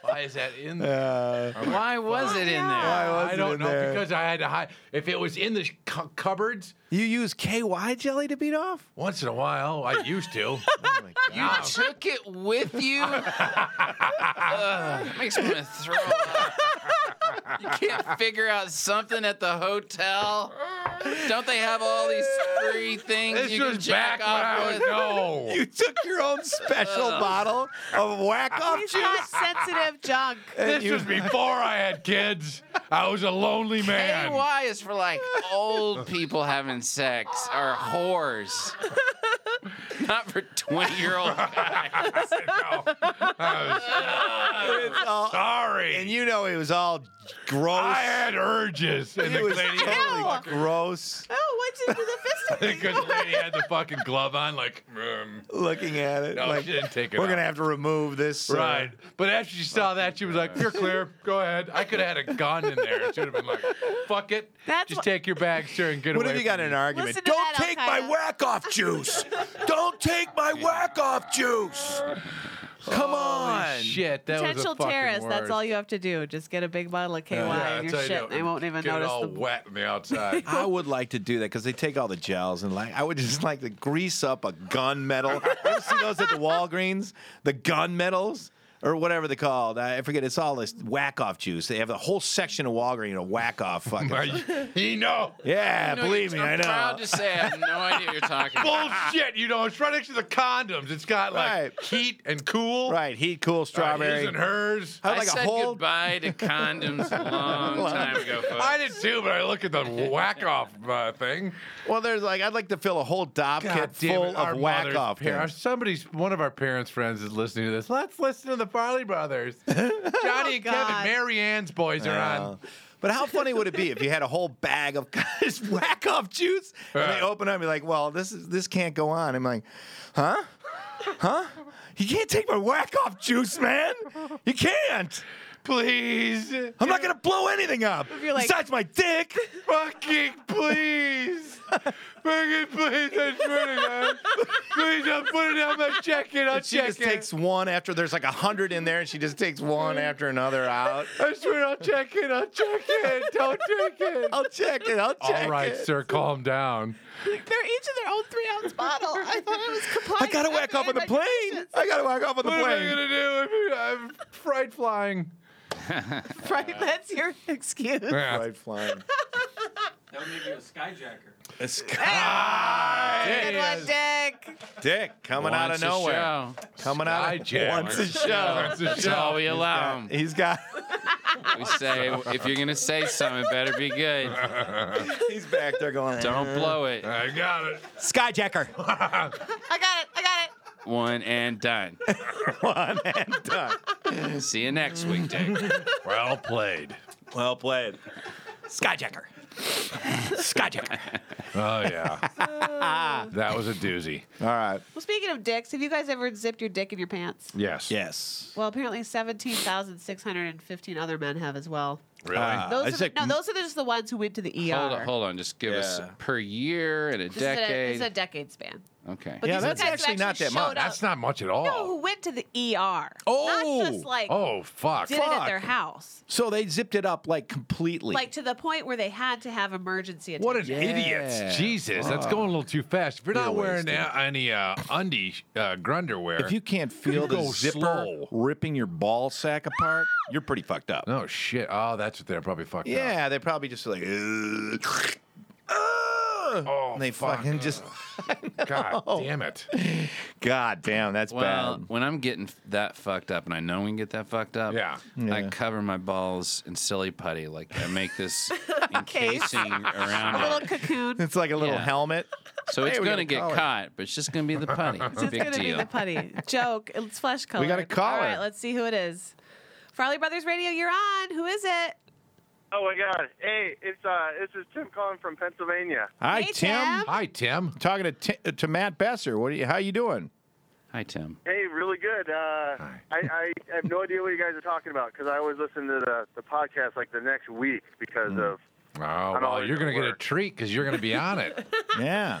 [SPEAKER 1] why is that in there?
[SPEAKER 4] Why was it in there?
[SPEAKER 2] was
[SPEAKER 1] I
[SPEAKER 2] it
[SPEAKER 1] don't
[SPEAKER 2] in
[SPEAKER 1] know
[SPEAKER 2] there?
[SPEAKER 1] because I had to hide. If it was in the sh- cu- cupboards,
[SPEAKER 2] You use KY jelly to beat off?
[SPEAKER 1] once in a while, I used
[SPEAKER 2] Oh,
[SPEAKER 1] to.
[SPEAKER 4] You took it with you? Ugh, makes me want to throw up. You can't figure out something at the hotel? Don't they have all these free things
[SPEAKER 1] this
[SPEAKER 4] you can
[SPEAKER 1] was back
[SPEAKER 4] jack
[SPEAKER 1] when
[SPEAKER 4] off
[SPEAKER 1] I was
[SPEAKER 4] with?
[SPEAKER 1] no.
[SPEAKER 2] You took your own special bottle of whack off
[SPEAKER 3] He's
[SPEAKER 2] juice.
[SPEAKER 3] got sensitive junk.
[SPEAKER 1] This
[SPEAKER 2] you-
[SPEAKER 1] was before I had kids. I was a lonely man.
[SPEAKER 4] AY is for like old people having sex or whores. Not for 20 year old guys.
[SPEAKER 2] It's all-
[SPEAKER 1] Sorry.
[SPEAKER 2] and you know it was all gross.
[SPEAKER 1] I had urges. And the
[SPEAKER 2] it was
[SPEAKER 1] lady,
[SPEAKER 2] totally gross
[SPEAKER 3] Oh, what's into the fist?
[SPEAKER 1] because the lady had the fucking glove on, like, um,
[SPEAKER 2] looking at it.
[SPEAKER 1] no,
[SPEAKER 2] like,
[SPEAKER 1] she didn't take it
[SPEAKER 2] we're
[SPEAKER 1] off.
[SPEAKER 2] gonna have to remove this. uh,
[SPEAKER 1] Right. But after she saw that, she was like, You're clear. Go ahead. I could have had a gun in there. She would have been like, Fuck it.
[SPEAKER 3] That's
[SPEAKER 1] Just
[SPEAKER 3] what-
[SPEAKER 1] take your bag, sir, and get
[SPEAKER 2] What
[SPEAKER 1] away.
[SPEAKER 2] have you got
[SPEAKER 1] from
[SPEAKER 2] in an
[SPEAKER 1] me."
[SPEAKER 2] argument?
[SPEAKER 3] Listen to
[SPEAKER 2] Don't
[SPEAKER 3] that,
[SPEAKER 2] take my
[SPEAKER 3] Al-Qaeda.
[SPEAKER 2] whack off juice. Don't take my whack off juice. Come on.
[SPEAKER 1] Shit, that was
[SPEAKER 3] Potential
[SPEAKER 1] a fucking
[SPEAKER 3] terrorist. That's
[SPEAKER 1] word.
[SPEAKER 3] all you have to do. Just get a big bottle of KY
[SPEAKER 1] Yeah,
[SPEAKER 3] in
[SPEAKER 1] that's
[SPEAKER 3] your
[SPEAKER 1] how you
[SPEAKER 3] shit,
[SPEAKER 1] do
[SPEAKER 3] and
[SPEAKER 1] it.
[SPEAKER 3] they won't even
[SPEAKER 1] get
[SPEAKER 3] notice
[SPEAKER 1] it all
[SPEAKER 3] the
[SPEAKER 1] wet on the outside.
[SPEAKER 2] I would like to do that because they take all the gels and like I would just like to grease up a gun metal. you see those at the Walgreens, the gun metals or whatever they're called. I forget. It's all this whack off juice. They have a whole section of Walgreens of whack off fucking. stuff.
[SPEAKER 1] he know.
[SPEAKER 2] yeah, believe me,
[SPEAKER 4] I'm
[SPEAKER 2] I know.
[SPEAKER 4] proud to say I have no idea what you're talking about.
[SPEAKER 1] Bullshit, you know, it's right next to the condoms. It's got like
[SPEAKER 2] Right.
[SPEAKER 1] heat and cool.
[SPEAKER 2] right, heat cool
[SPEAKER 1] Uh, his
[SPEAKER 2] strawberry.
[SPEAKER 1] and hers.
[SPEAKER 2] I
[SPEAKER 4] I,
[SPEAKER 2] had like a
[SPEAKER 4] said
[SPEAKER 2] whole
[SPEAKER 4] goodbye to condoms a long time ago, folks.
[SPEAKER 1] Uh, I did too, but I look at the whack off uh, thing.
[SPEAKER 2] well, there's like I'd like to fill a whole dob
[SPEAKER 1] God
[SPEAKER 2] kit
[SPEAKER 1] damn
[SPEAKER 2] full
[SPEAKER 1] it, our
[SPEAKER 2] of whack
[SPEAKER 1] mother's
[SPEAKER 2] off.
[SPEAKER 1] par-
[SPEAKER 2] things.
[SPEAKER 1] Somebody's one of our parents' friends is listening to this. Let's listen to the Farley Brothers. Johnny and Kevin,
[SPEAKER 3] God.
[SPEAKER 1] Mary Ann's boys are on.
[SPEAKER 2] Uh, But how funny would it be if you had a whole bag of just whack off juice and they
[SPEAKER 1] Yeah.
[SPEAKER 2] open up and be like, well, this is this can't go on. I'm like, huh? Huh? You can't take my whack off juice, man. You can't.
[SPEAKER 1] Please,
[SPEAKER 2] I'm not gonna blow anything up.
[SPEAKER 3] you're like-
[SPEAKER 2] Besides my dick.
[SPEAKER 1] fucking please, fucking please. I swear to God, please don't put it on my jacket. I'll
[SPEAKER 2] And she
[SPEAKER 1] check
[SPEAKER 2] just
[SPEAKER 1] it.
[SPEAKER 2] takes one after there's like a hundred in there, and she just takes one after another out.
[SPEAKER 1] I swear I'll check it. I'll check it. Don't take it.
[SPEAKER 2] I'll check it. I'll check
[SPEAKER 1] All right,
[SPEAKER 2] it.
[SPEAKER 1] sir, calm down.
[SPEAKER 3] They're each in their own three ounce bottle. I thought I was complying.
[SPEAKER 2] I gotta whack off on the plane. I gotta whack off on the
[SPEAKER 1] What am I
[SPEAKER 2] plane.
[SPEAKER 1] gonna do? if I'm fright flying.
[SPEAKER 3] Right, that's your excuse.
[SPEAKER 2] Right flying.
[SPEAKER 8] That would make you a skyjacker.
[SPEAKER 3] Good one, Dick.
[SPEAKER 2] Dick coming out
[SPEAKER 4] Once
[SPEAKER 2] of
[SPEAKER 4] a
[SPEAKER 2] nowhere.
[SPEAKER 4] show.
[SPEAKER 2] Coming out of
[SPEAKER 1] Skyjacker.
[SPEAKER 2] once a show.
[SPEAKER 1] That's a
[SPEAKER 4] That's all
[SPEAKER 1] show.
[SPEAKER 4] we allow 'em.
[SPEAKER 2] He's got
[SPEAKER 4] We say if you're gonna say something, it better be good.
[SPEAKER 2] he's back there going
[SPEAKER 4] Don't blow it.
[SPEAKER 1] I got it.
[SPEAKER 2] Skyjacker.
[SPEAKER 3] I got it. I got it.
[SPEAKER 4] One and done.
[SPEAKER 2] One and done.
[SPEAKER 4] See you next week, Dick.
[SPEAKER 1] Well played.
[SPEAKER 2] Well played. Skyjacker. Skyjacker.
[SPEAKER 1] Oh yeah. that was a doozy.
[SPEAKER 2] All right.
[SPEAKER 3] Well, speaking of dicks, have you guys ever zipped your dick in your pants?
[SPEAKER 1] Yes.
[SPEAKER 2] Yes.
[SPEAKER 3] Well, apparently 17,615 other men have as well.
[SPEAKER 1] Really?
[SPEAKER 2] Ah.
[SPEAKER 3] Those
[SPEAKER 2] I
[SPEAKER 3] are the,
[SPEAKER 2] think
[SPEAKER 3] no,
[SPEAKER 2] m-
[SPEAKER 3] those are just the ones who went to the ER.
[SPEAKER 4] Hold on, hold on. Just give us
[SPEAKER 2] Yeah.
[SPEAKER 4] per year and a
[SPEAKER 3] This is a-
[SPEAKER 4] decade.
[SPEAKER 3] This is a decade span.
[SPEAKER 4] okay.
[SPEAKER 3] But
[SPEAKER 2] Yeah,
[SPEAKER 3] these are the
[SPEAKER 2] that's
[SPEAKER 3] guys who
[SPEAKER 2] actually not that much.
[SPEAKER 3] showed
[SPEAKER 1] That's
[SPEAKER 3] up.
[SPEAKER 1] not much at all.
[SPEAKER 3] No, who went to the ER.
[SPEAKER 2] Oh.
[SPEAKER 3] Not just like
[SPEAKER 1] Oh fuck.
[SPEAKER 3] did it at their
[SPEAKER 2] fuck.
[SPEAKER 3] house.
[SPEAKER 2] So they zipped it up like completely.
[SPEAKER 3] Like to the point where they had to have emergency attention.
[SPEAKER 1] What an
[SPEAKER 2] Yeah.
[SPEAKER 1] idiot! Jesus, that's going a little too fast. If you're not
[SPEAKER 2] You're
[SPEAKER 1] wearing
[SPEAKER 2] wasted.
[SPEAKER 1] a- any uh, undie uh, grunderwear,
[SPEAKER 2] if you can't feel the
[SPEAKER 1] go
[SPEAKER 2] zipper
[SPEAKER 1] slow.
[SPEAKER 2] ripping your ball sack apart, you're pretty fucked up.
[SPEAKER 1] no shit. Oh, that's what they're probably fucked up.
[SPEAKER 2] Yeah, they probably just like "Ugh." Ugh.
[SPEAKER 1] Oh,
[SPEAKER 2] and they
[SPEAKER 1] fuck.
[SPEAKER 2] fucking just
[SPEAKER 1] God
[SPEAKER 2] Oh.
[SPEAKER 1] damn it.
[SPEAKER 2] God damn, that's
[SPEAKER 4] Well,
[SPEAKER 2] bad.
[SPEAKER 4] when I'm getting f- that fucked up, and I know we can get that fucked up,
[SPEAKER 1] Yeah.
[SPEAKER 4] I
[SPEAKER 2] Yeah.
[SPEAKER 4] cover my balls in silly putty. Like I make this encasing
[SPEAKER 3] a
[SPEAKER 4] around
[SPEAKER 3] little
[SPEAKER 4] it,
[SPEAKER 3] cocoon.
[SPEAKER 2] It's like a little
[SPEAKER 4] Yeah.
[SPEAKER 2] helmet.
[SPEAKER 4] so it's
[SPEAKER 2] we got
[SPEAKER 4] gonna
[SPEAKER 2] a
[SPEAKER 4] get
[SPEAKER 2] collar.
[SPEAKER 4] caught, but it's just gonna be the putty.
[SPEAKER 3] It's
[SPEAKER 4] Big
[SPEAKER 3] gonna be
[SPEAKER 4] deal.
[SPEAKER 3] the putty. Joke. It's flesh color.
[SPEAKER 2] got a caller.
[SPEAKER 3] All right, let's see who it is. Farley Brothers Radio, you're on. Who is it?
[SPEAKER 6] Oh my God! Hey, it's uh, this is Tim calling from Pennsylvania.
[SPEAKER 2] Hi,
[SPEAKER 3] Hey,
[SPEAKER 2] Tim.
[SPEAKER 3] Tim.
[SPEAKER 1] Hi, Tim.
[SPEAKER 2] Talking to Ti- uh, to Matt Besser. What? Are you, how you doing?
[SPEAKER 4] Hi, Tim.
[SPEAKER 6] Hey, really good. Uh,
[SPEAKER 1] Hi.
[SPEAKER 6] I, I I have no idea what you guys are talking about because I always listen to the, the podcast like the next week because of.
[SPEAKER 1] Oh,
[SPEAKER 6] I'm
[SPEAKER 1] well,
[SPEAKER 6] always
[SPEAKER 1] you're
[SPEAKER 6] at
[SPEAKER 1] going to get a
[SPEAKER 6] work.
[SPEAKER 1] treat because you're going to be on it.
[SPEAKER 2] Yeah.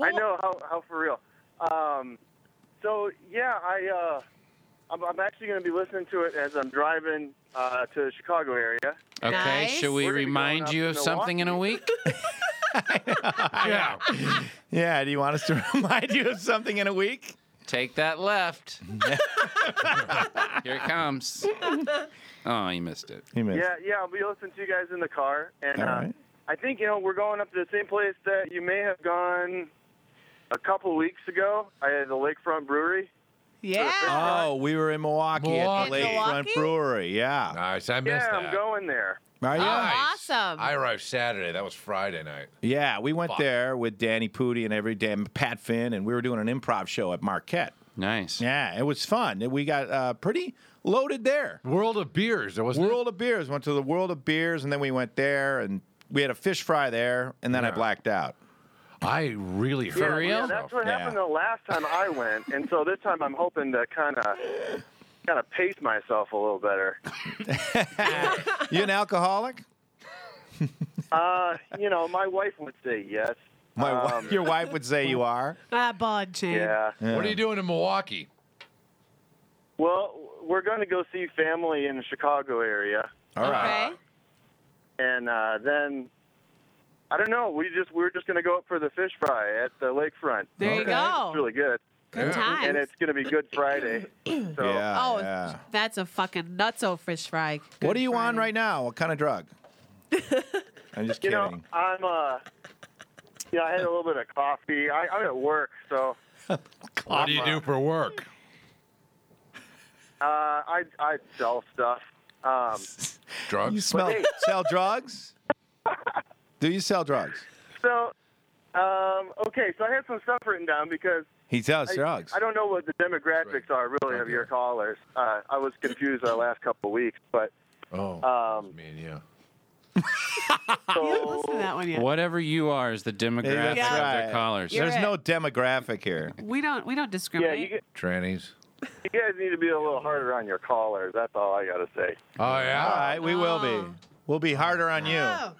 [SPEAKER 6] I know how how for real. Um, so yeah, I uh, I'm, I'm actually going to be listening to it as I'm driving uh, to the Chicago area.
[SPEAKER 4] Okay, should we remind you of something in a week?
[SPEAKER 1] yeah.
[SPEAKER 2] Yeah. Do you want us to remind you of something in a week?
[SPEAKER 4] Take that left. Here it comes. Oh, you missed it.
[SPEAKER 2] You
[SPEAKER 6] Yeah, yeah, I'll be listening to you guys in the car, and
[SPEAKER 2] All
[SPEAKER 6] uh,
[SPEAKER 2] right.
[SPEAKER 6] I think you know we're going up to the same place that you may have gone a couple weeks ago. I had the Lakefront Brewery.
[SPEAKER 3] Yeah.
[SPEAKER 2] Oh, we were in Milwaukee, at the
[SPEAKER 1] Milwaukee.
[SPEAKER 2] Lakefront
[SPEAKER 3] Milwaukee?
[SPEAKER 2] Brewery. Yeah. Ah.
[SPEAKER 1] Nice. I missed
[SPEAKER 6] Yeah,
[SPEAKER 1] that.
[SPEAKER 6] I'm going Oh, there.
[SPEAKER 2] Are you?
[SPEAKER 1] Nice.
[SPEAKER 3] Awesome.
[SPEAKER 1] I arrived Saturday. That was Friday night.
[SPEAKER 2] Yeah, we went
[SPEAKER 1] Fuck.
[SPEAKER 2] there with Danny Pudi and every damn Pat Finn, and we were doing an improv show at Marquette.
[SPEAKER 4] Nice.
[SPEAKER 2] Yeah, it was fun. We got uh, pretty loaded there.
[SPEAKER 1] World of Beers. There was
[SPEAKER 2] World of Beers went to the World of Beers, and then we went there, and we had a fish fry there, and then I
[SPEAKER 1] Yeah.
[SPEAKER 2] blacked out.
[SPEAKER 1] I really hurt
[SPEAKER 6] yeah, Yeah,
[SPEAKER 1] myself.
[SPEAKER 6] that's what
[SPEAKER 2] Yeah.
[SPEAKER 6] happened the last time I went, and so this time I'm hoping to kind of kind of pace myself a little better.
[SPEAKER 2] You an alcoholic?
[SPEAKER 6] Uh, you know, my wife would say yes.
[SPEAKER 2] My wi-
[SPEAKER 6] Um,
[SPEAKER 2] your wife would say you are.
[SPEAKER 3] Ah, bud, chain.
[SPEAKER 6] Yeah.
[SPEAKER 1] What are you doing in Milwaukee?
[SPEAKER 6] Well, we're going to go see family in the Chicago area,
[SPEAKER 2] All right.
[SPEAKER 3] Okay.
[SPEAKER 6] and uh, then I don't know. We just we're just going to go up for the fish fry at the lakefront.
[SPEAKER 3] There you
[SPEAKER 2] Okay.
[SPEAKER 3] go.
[SPEAKER 6] It's really good,
[SPEAKER 3] Good
[SPEAKER 1] Yeah.
[SPEAKER 3] times.
[SPEAKER 6] and it's going to be Good Friday. So
[SPEAKER 2] Yeah.
[SPEAKER 3] oh,
[SPEAKER 2] yeah.
[SPEAKER 3] that's a fucking nutso fish fry. Good
[SPEAKER 2] What are you on
[SPEAKER 3] Friday.
[SPEAKER 2] right now? What kind of drug? I'm just kidding.
[SPEAKER 6] you know, I'm uh, yeah, I had a little bit of coffee. I, I'm at work, so
[SPEAKER 1] What do you do for work?
[SPEAKER 6] uh, I I sell stuff. Um,
[SPEAKER 1] Drugs.
[SPEAKER 2] you smell
[SPEAKER 6] hey.
[SPEAKER 2] sell drugs? Do you sell drugs?
[SPEAKER 6] so um, okay, so I had some stuff written down because.
[SPEAKER 2] He sells
[SPEAKER 6] I,
[SPEAKER 2] drugs.
[SPEAKER 6] I don't know what the demographics are really of your callers. Uh, I was confused the last couple of weeks, but
[SPEAKER 1] oh,
[SPEAKER 6] um,
[SPEAKER 1] me and you.
[SPEAKER 3] You haven't listened to that one yet.
[SPEAKER 4] Whatever you are is the demographic
[SPEAKER 2] that's
[SPEAKER 4] of
[SPEAKER 2] right.
[SPEAKER 4] their callers.
[SPEAKER 3] You're
[SPEAKER 2] There's
[SPEAKER 3] it.
[SPEAKER 2] no demographic here.
[SPEAKER 3] We don't. We don't
[SPEAKER 6] yeah,
[SPEAKER 3] discriminate.
[SPEAKER 6] you, g-
[SPEAKER 1] Trannies.
[SPEAKER 6] you guys need to be a little harder on your callers. That's all I got to say.
[SPEAKER 1] Oh yeah.
[SPEAKER 2] All right, we will be. We'll be harder on you.
[SPEAKER 3] Oh,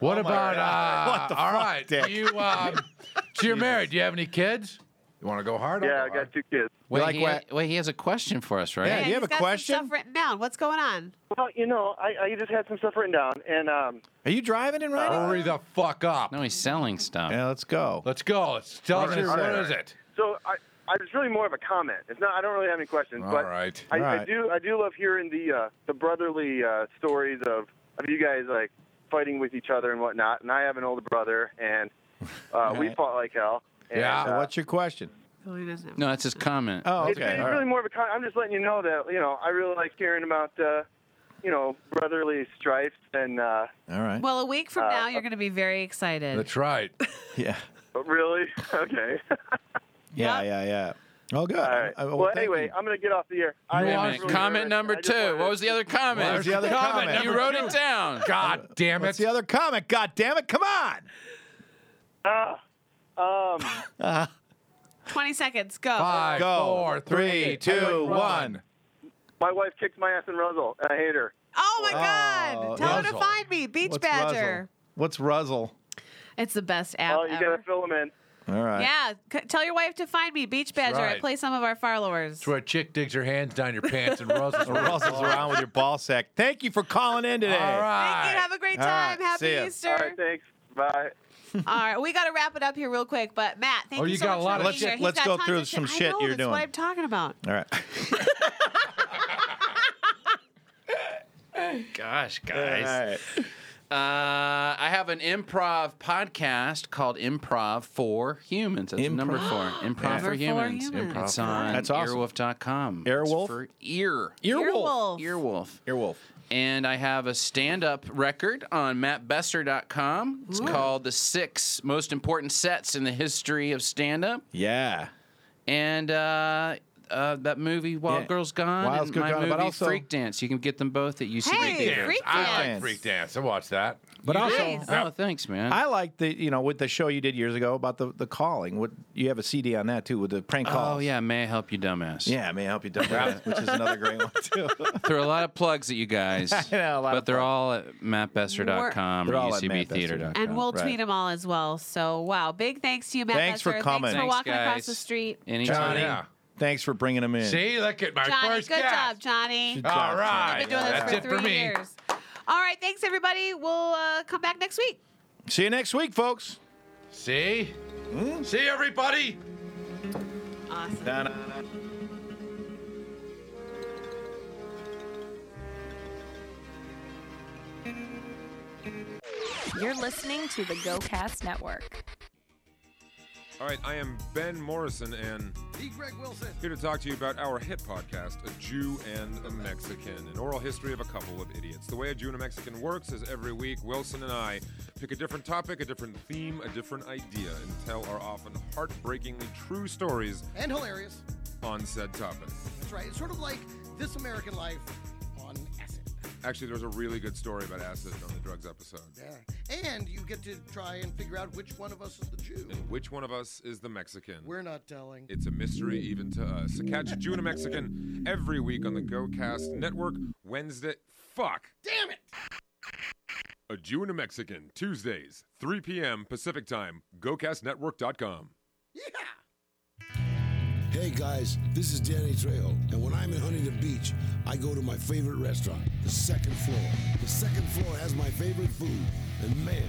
[SPEAKER 1] What
[SPEAKER 2] Oh my
[SPEAKER 1] about
[SPEAKER 2] God.
[SPEAKER 1] uh?
[SPEAKER 2] What the
[SPEAKER 1] all
[SPEAKER 2] fuck,
[SPEAKER 1] right,
[SPEAKER 2] Dick?
[SPEAKER 1] you um, so you're married. Do you have any kids? You want to go hard? I'll
[SPEAKER 6] Yeah, I
[SPEAKER 1] go
[SPEAKER 6] got
[SPEAKER 1] hard.
[SPEAKER 6] two kids.
[SPEAKER 4] Wait,
[SPEAKER 2] Like
[SPEAKER 4] he,
[SPEAKER 2] what?
[SPEAKER 4] wait, he has a question for us, right?
[SPEAKER 2] Yeah,
[SPEAKER 3] Yeah,
[SPEAKER 2] do you have
[SPEAKER 3] he's
[SPEAKER 2] a
[SPEAKER 3] got
[SPEAKER 2] question?
[SPEAKER 3] Some stuff written down. What's going on?
[SPEAKER 6] Well, you know, I, I just had some stuff written down, and um,
[SPEAKER 2] Are you driving and
[SPEAKER 6] Oh.
[SPEAKER 2] riding?
[SPEAKER 1] Hurry the fuck up.
[SPEAKER 4] No, he's selling stuff.
[SPEAKER 2] Yeah, let's go.
[SPEAKER 1] Let's go. Let's tell us
[SPEAKER 2] All right, all
[SPEAKER 1] what
[SPEAKER 2] right.
[SPEAKER 1] is it?
[SPEAKER 6] so I, I it's really more of a comment. It's not. I don't really have any questions,
[SPEAKER 1] All
[SPEAKER 6] but
[SPEAKER 1] right.
[SPEAKER 6] I,
[SPEAKER 2] All
[SPEAKER 6] I
[SPEAKER 2] right.
[SPEAKER 6] do. I do love hearing the uh, the brotherly uh, stories of of you guys like fighting with each other and whatnot. And I have an older brother, and uh, we
[SPEAKER 2] right.
[SPEAKER 6] fought like hell. And,
[SPEAKER 1] Yeah.
[SPEAKER 2] So
[SPEAKER 6] uh,
[SPEAKER 2] what's your question?
[SPEAKER 3] Oh, he doesn't have.
[SPEAKER 4] No, that's his comment.
[SPEAKER 2] Oh,
[SPEAKER 6] It's,
[SPEAKER 2] okay.
[SPEAKER 6] it's
[SPEAKER 2] all
[SPEAKER 6] really
[SPEAKER 2] right.
[SPEAKER 6] more of a con- I'm just letting you know that you know I really like hearing about uh, you know brotherly strife and uh,
[SPEAKER 2] All right.
[SPEAKER 3] Well, a week
[SPEAKER 2] Uh,
[SPEAKER 3] from now, you're going to be very excited.
[SPEAKER 1] That's right.
[SPEAKER 2] Yeah.
[SPEAKER 6] but really okay.
[SPEAKER 2] Yeah,
[SPEAKER 3] Yep.
[SPEAKER 2] yeah, yeah. Oh, good.
[SPEAKER 6] All right.
[SPEAKER 2] Uh,
[SPEAKER 6] well,
[SPEAKER 2] thank
[SPEAKER 6] anyway,
[SPEAKER 2] you.
[SPEAKER 6] I'm gonna get off the air. I
[SPEAKER 4] Wait a
[SPEAKER 6] was
[SPEAKER 4] minute.
[SPEAKER 6] really
[SPEAKER 4] Comment
[SPEAKER 6] nervous.
[SPEAKER 4] number
[SPEAKER 6] I just
[SPEAKER 4] two.
[SPEAKER 6] wanted-
[SPEAKER 4] What was the other comment?
[SPEAKER 2] What was the other comment?
[SPEAKER 4] You
[SPEAKER 2] Number
[SPEAKER 4] wrote it down.
[SPEAKER 1] God damn it.
[SPEAKER 2] What's the other comment? God damn it! Come on.
[SPEAKER 6] Um,
[SPEAKER 3] 20 seconds. Go.
[SPEAKER 1] Five,
[SPEAKER 2] Go.
[SPEAKER 1] four, three,
[SPEAKER 2] Three,
[SPEAKER 1] two,
[SPEAKER 2] two,
[SPEAKER 1] one.
[SPEAKER 2] one.
[SPEAKER 6] my wife kicked my ass in Russell, and I hate her.
[SPEAKER 3] Oh my God!
[SPEAKER 2] Oh,
[SPEAKER 3] Tell her to
[SPEAKER 1] Ruzzle.
[SPEAKER 3] find me, Beach
[SPEAKER 2] What's Ruzzle?
[SPEAKER 3] Badger.
[SPEAKER 2] What's Ruzzle?
[SPEAKER 3] It's the best app
[SPEAKER 6] Oh, you
[SPEAKER 3] ever.
[SPEAKER 6] gotta fill them in.
[SPEAKER 2] All right.
[SPEAKER 3] Yeah, c- tell your wife to find me, Beach Badger. I
[SPEAKER 1] right.
[SPEAKER 3] play some of our followers.
[SPEAKER 1] It's where a chick digs her hands down your pants and ruzzles around.
[SPEAKER 2] Ruzzle's around with your ball sack. Thank you for calling in today.
[SPEAKER 1] All right.
[SPEAKER 3] Thank you. Have a great
[SPEAKER 2] All right,
[SPEAKER 3] time. Happy
[SPEAKER 2] see ya.
[SPEAKER 3] Easter.
[SPEAKER 6] All right, thanks. Bye.
[SPEAKER 3] All right, we got to wrap it up here real quick. But Matt, thank
[SPEAKER 1] Oh,
[SPEAKER 3] you
[SPEAKER 1] you
[SPEAKER 3] so
[SPEAKER 1] got a
[SPEAKER 3] much
[SPEAKER 1] lot
[SPEAKER 3] for
[SPEAKER 1] of
[SPEAKER 3] being
[SPEAKER 1] shit.
[SPEAKER 3] here. He's
[SPEAKER 2] Let's
[SPEAKER 3] got
[SPEAKER 2] go
[SPEAKER 3] tons
[SPEAKER 2] through
[SPEAKER 3] of
[SPEAKER 2] some
[SPEAKER 3] I
[SPEAKER 2] shit
[SPEAKER 3] know,
[SPEAKER 2] you're
[SPEAKER 3] that's
[SPEAKER 2] doing.
[SPEAKER 3] What I'm talking about.
[SPEAKER 2] All right.
[SPEAKER 4] Gosh, guys.
[SPEAKER 2] All right.
[SPEAKER 4] Uh, I have an improv podcast called Improv for Humans. That's
[SPEAKER 2] Improv-
[SPEAKER 4] number four. Improv
[SPEAKER 3] Number for
[SPEAKER 4] for Humans.
[SPEAKER 3] Humans.
[SPEAKER 4] It's on
[SPEAKER 2] That's awesome.
[SPEAKER 4] earwolf.com.
[SPEAKER 2] Earwolf?
[SPEAKER 4] It's for ear.
[SPEAKER 3] Earwolf.
[SPEAKER 4] Earwolf.
[SPEAKER 2] Earwolf.
[SPEAKER 4] And I have a stand up record on mattbesser.com. It's called The Six Most Important Sets in the History of Stand Up.
[SPEAKER 2] Yeah.
[SPEAKER 4] And uh, uh, that movie Wild
[SPEAKER 1] Yeah.
[SPEAKER 4] Girls Gone
[SPEAKER 1] Wild
[SPEAKER 4] and
[SPEAKER 1] Girls
[SPEAKER 4] my
[SPEAKER 1] Gone, but
[SPEAKER 4] movie
[SPEAKER 1] also-
[SPEAKER 4] Freak Dance. You can get them both at UCB Theater.
[SPEAKER 1] I like freak dance. I watch that.
[SPEAKER 2] But
[SPEAKER 4] You
[SPEAKER 2] also,
[SPEAKER 4] do? oh, thanks, man.
[SPEAKER 2] I like the you know with the show you did years ago about the the calling. What you have a CD on that too with the prank
[SPEAKER 4] Oh
[SPEAKER 2] calls.
[SPEAKER 4] yeah, may I help you, dumbass?
[SPEAKER 2] Yeah, may I help you, dumbass? which is another great one too.
[SPEAKER 4] Threw a lot of plugs at you guys,
[SPEAKER 2] I know, a lot
[SPEAKER 4] but
[SPEAKER 2] of
[SPEAKER 4] they're all at mattbesser.com or
[SPEAKER 2] They're all at
[SPEAKER 4] ucbtheater.com.
[SPEAKER 3] And we'll tweet them all as well. So, wow. Big thanks to you, Matt.
[SPEAKER 2] Thanks for
[SPEAKER 3] Besser.
[SPEAKER 2] coming.
[SPEAKER 3] Thanks for
[SPEAKER 2] Thanks,
[SPEAKER 3] walking across
[SPEAKER 4] guys.
[SPEAKER 3] the street.
[SPEAKER 2] Johnny,
[SPEAKER 1] Yeah.
[SPEAKER 2] thanks for bringing him in.
[SPEAKER 1] See, look at my
[SPEAKER 3] Johnny,
[SPEAKER 1] first
[SPEAKER 3] good
[SPEAKER 1] guest.
[SPEAKER 3] job, Johnny.
[SPEAKER 2] Good job,
[SPEAKER 1] All
[SPEAKER 2] Johnny.
[SPEAKER 1] right.
[SPEAKER 3] I've been doing this
[SPEAKER 1] That's
[SPEAKER 3] for
[SPEAKER 1] it
[SPEAKER 3] three
[SPEAKER 1] for me.
[SPEAKER 3] years. All right. Thanks, everybody. We'll uh, come back next week.
[SPEAKER 2] See you next week, folks.
[SPEAKER 1] See? See, everybody?
[SPEAKER 3] Awesome.
[SPEAKER 2] Da-na-na.
[SPEAKER 5] You're listening to the GoCast Network.
[SPEAKER 11] All right, I am Ben Morrison and
[SPEAKER 10] The Greg Wilson.
[SPEAKER 11] here to talk to you about our hit podcast, A Jew and a Mexican, an oral history of a couple of idiots. The way A Jew and a Mexican works is every week, Wilson and I pick a different topic, a different theme, a different idea, and tell our often heartbreakingly true stories
[SPEAKER 10] And hilarious.
[SPEAKER 11] on said topic.
[SPEAKER 10] That's right. It's sort of like This American Life on acid.
[SPEAKER 11] Actually, there was a really good story about acid on the drugs episode.
[SPEAKER 10] Yeah. And you get to try and figure out which one of us is the Jew.
[SPEAKER 11] And which one of us is the Mexican?
[SPEAKER 10] We're not telling.
[SPEAKER 11] It's a mystery even to us. So catch Jew and a Mexican every week on the GoCast Network, Wednesday. Fuck!
[SPEAKER 10] Damn it!
[SPEAKER 11] A Jew and a Mexican, Tuesdays, 3 p.m. Pacific Time, GoCastNetwork.com.
[SPEAKER 10] Hey guys, this is Danny Trejo, and when I'm in Huntington Beach, I go to my favorite restaurant, the second floor. The second floor has my favorite food, and man,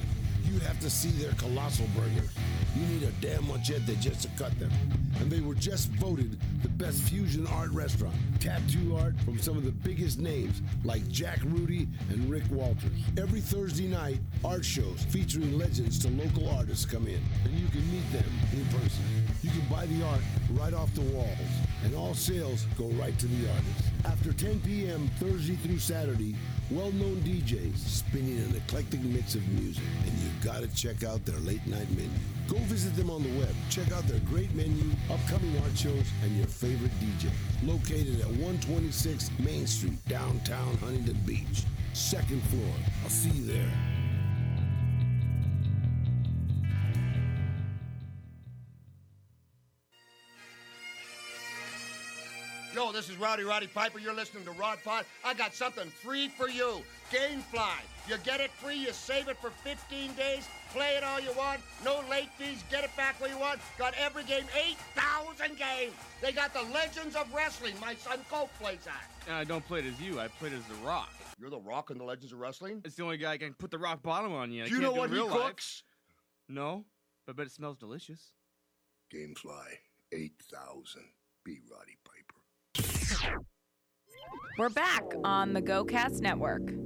[SPEAKER 10] you have to see their colossal burgers. You need a damn machete just to cut them. And they were just voted the best fusion art restaurant. Tattoo art from some of the biggest names like Jack Rudy and Rick Walters. Every Thursday night, art shows featuring legends to local artists come in, and you can meet them in person. You can buy the art right off the walls, and all sales go right to the artists. After 10 p.m. Thursday through Saturday, well-known DJs spinning an eclectic mix of music, and you gotta check out their late-night menu. Go visit them on the web. Check out their great menu, upcoming art shows, and your favorite DJ. Located at 126 Main Street, downtown Huntington Beach, second floor. I'll see you there.
[SPEAKER 12] Yo, this is Rowdy Roddy Piper. You're listening to Rod Pod. I got something free for you. Gamefly. You get it free, you save it for 15 days, play it all you want, no late fees, get it back when you want. Got every game, 8,000 games. They got the Legends of Wrestling. My son Colt plays that.
[SPEAKER 13] And I don't play it as you. I played as the Rock.
[SPEAKER 12] You're the Rock in the Legends of Wrestling.
[SPEAKER 13] It's the only guy I can put the Rock Bottom on you. I
[SPEAKER 12] Do you
[SPEAKER 13] can't
[SPEAKER 12] know
[SPEAKER 13] it
[SPEAKER 12] what
[SPEAKER 13] in
[SPEAKER 12] he
[SPEAKER 13] real life.
[SPEAKER 12] cooks?
[SPEAKER 13] No, but but it smells delicious.
[SPEAKER 10] Gamefly, 8,000. Be Roddy
[SPEAKER 5] We're back on the GoCast Network.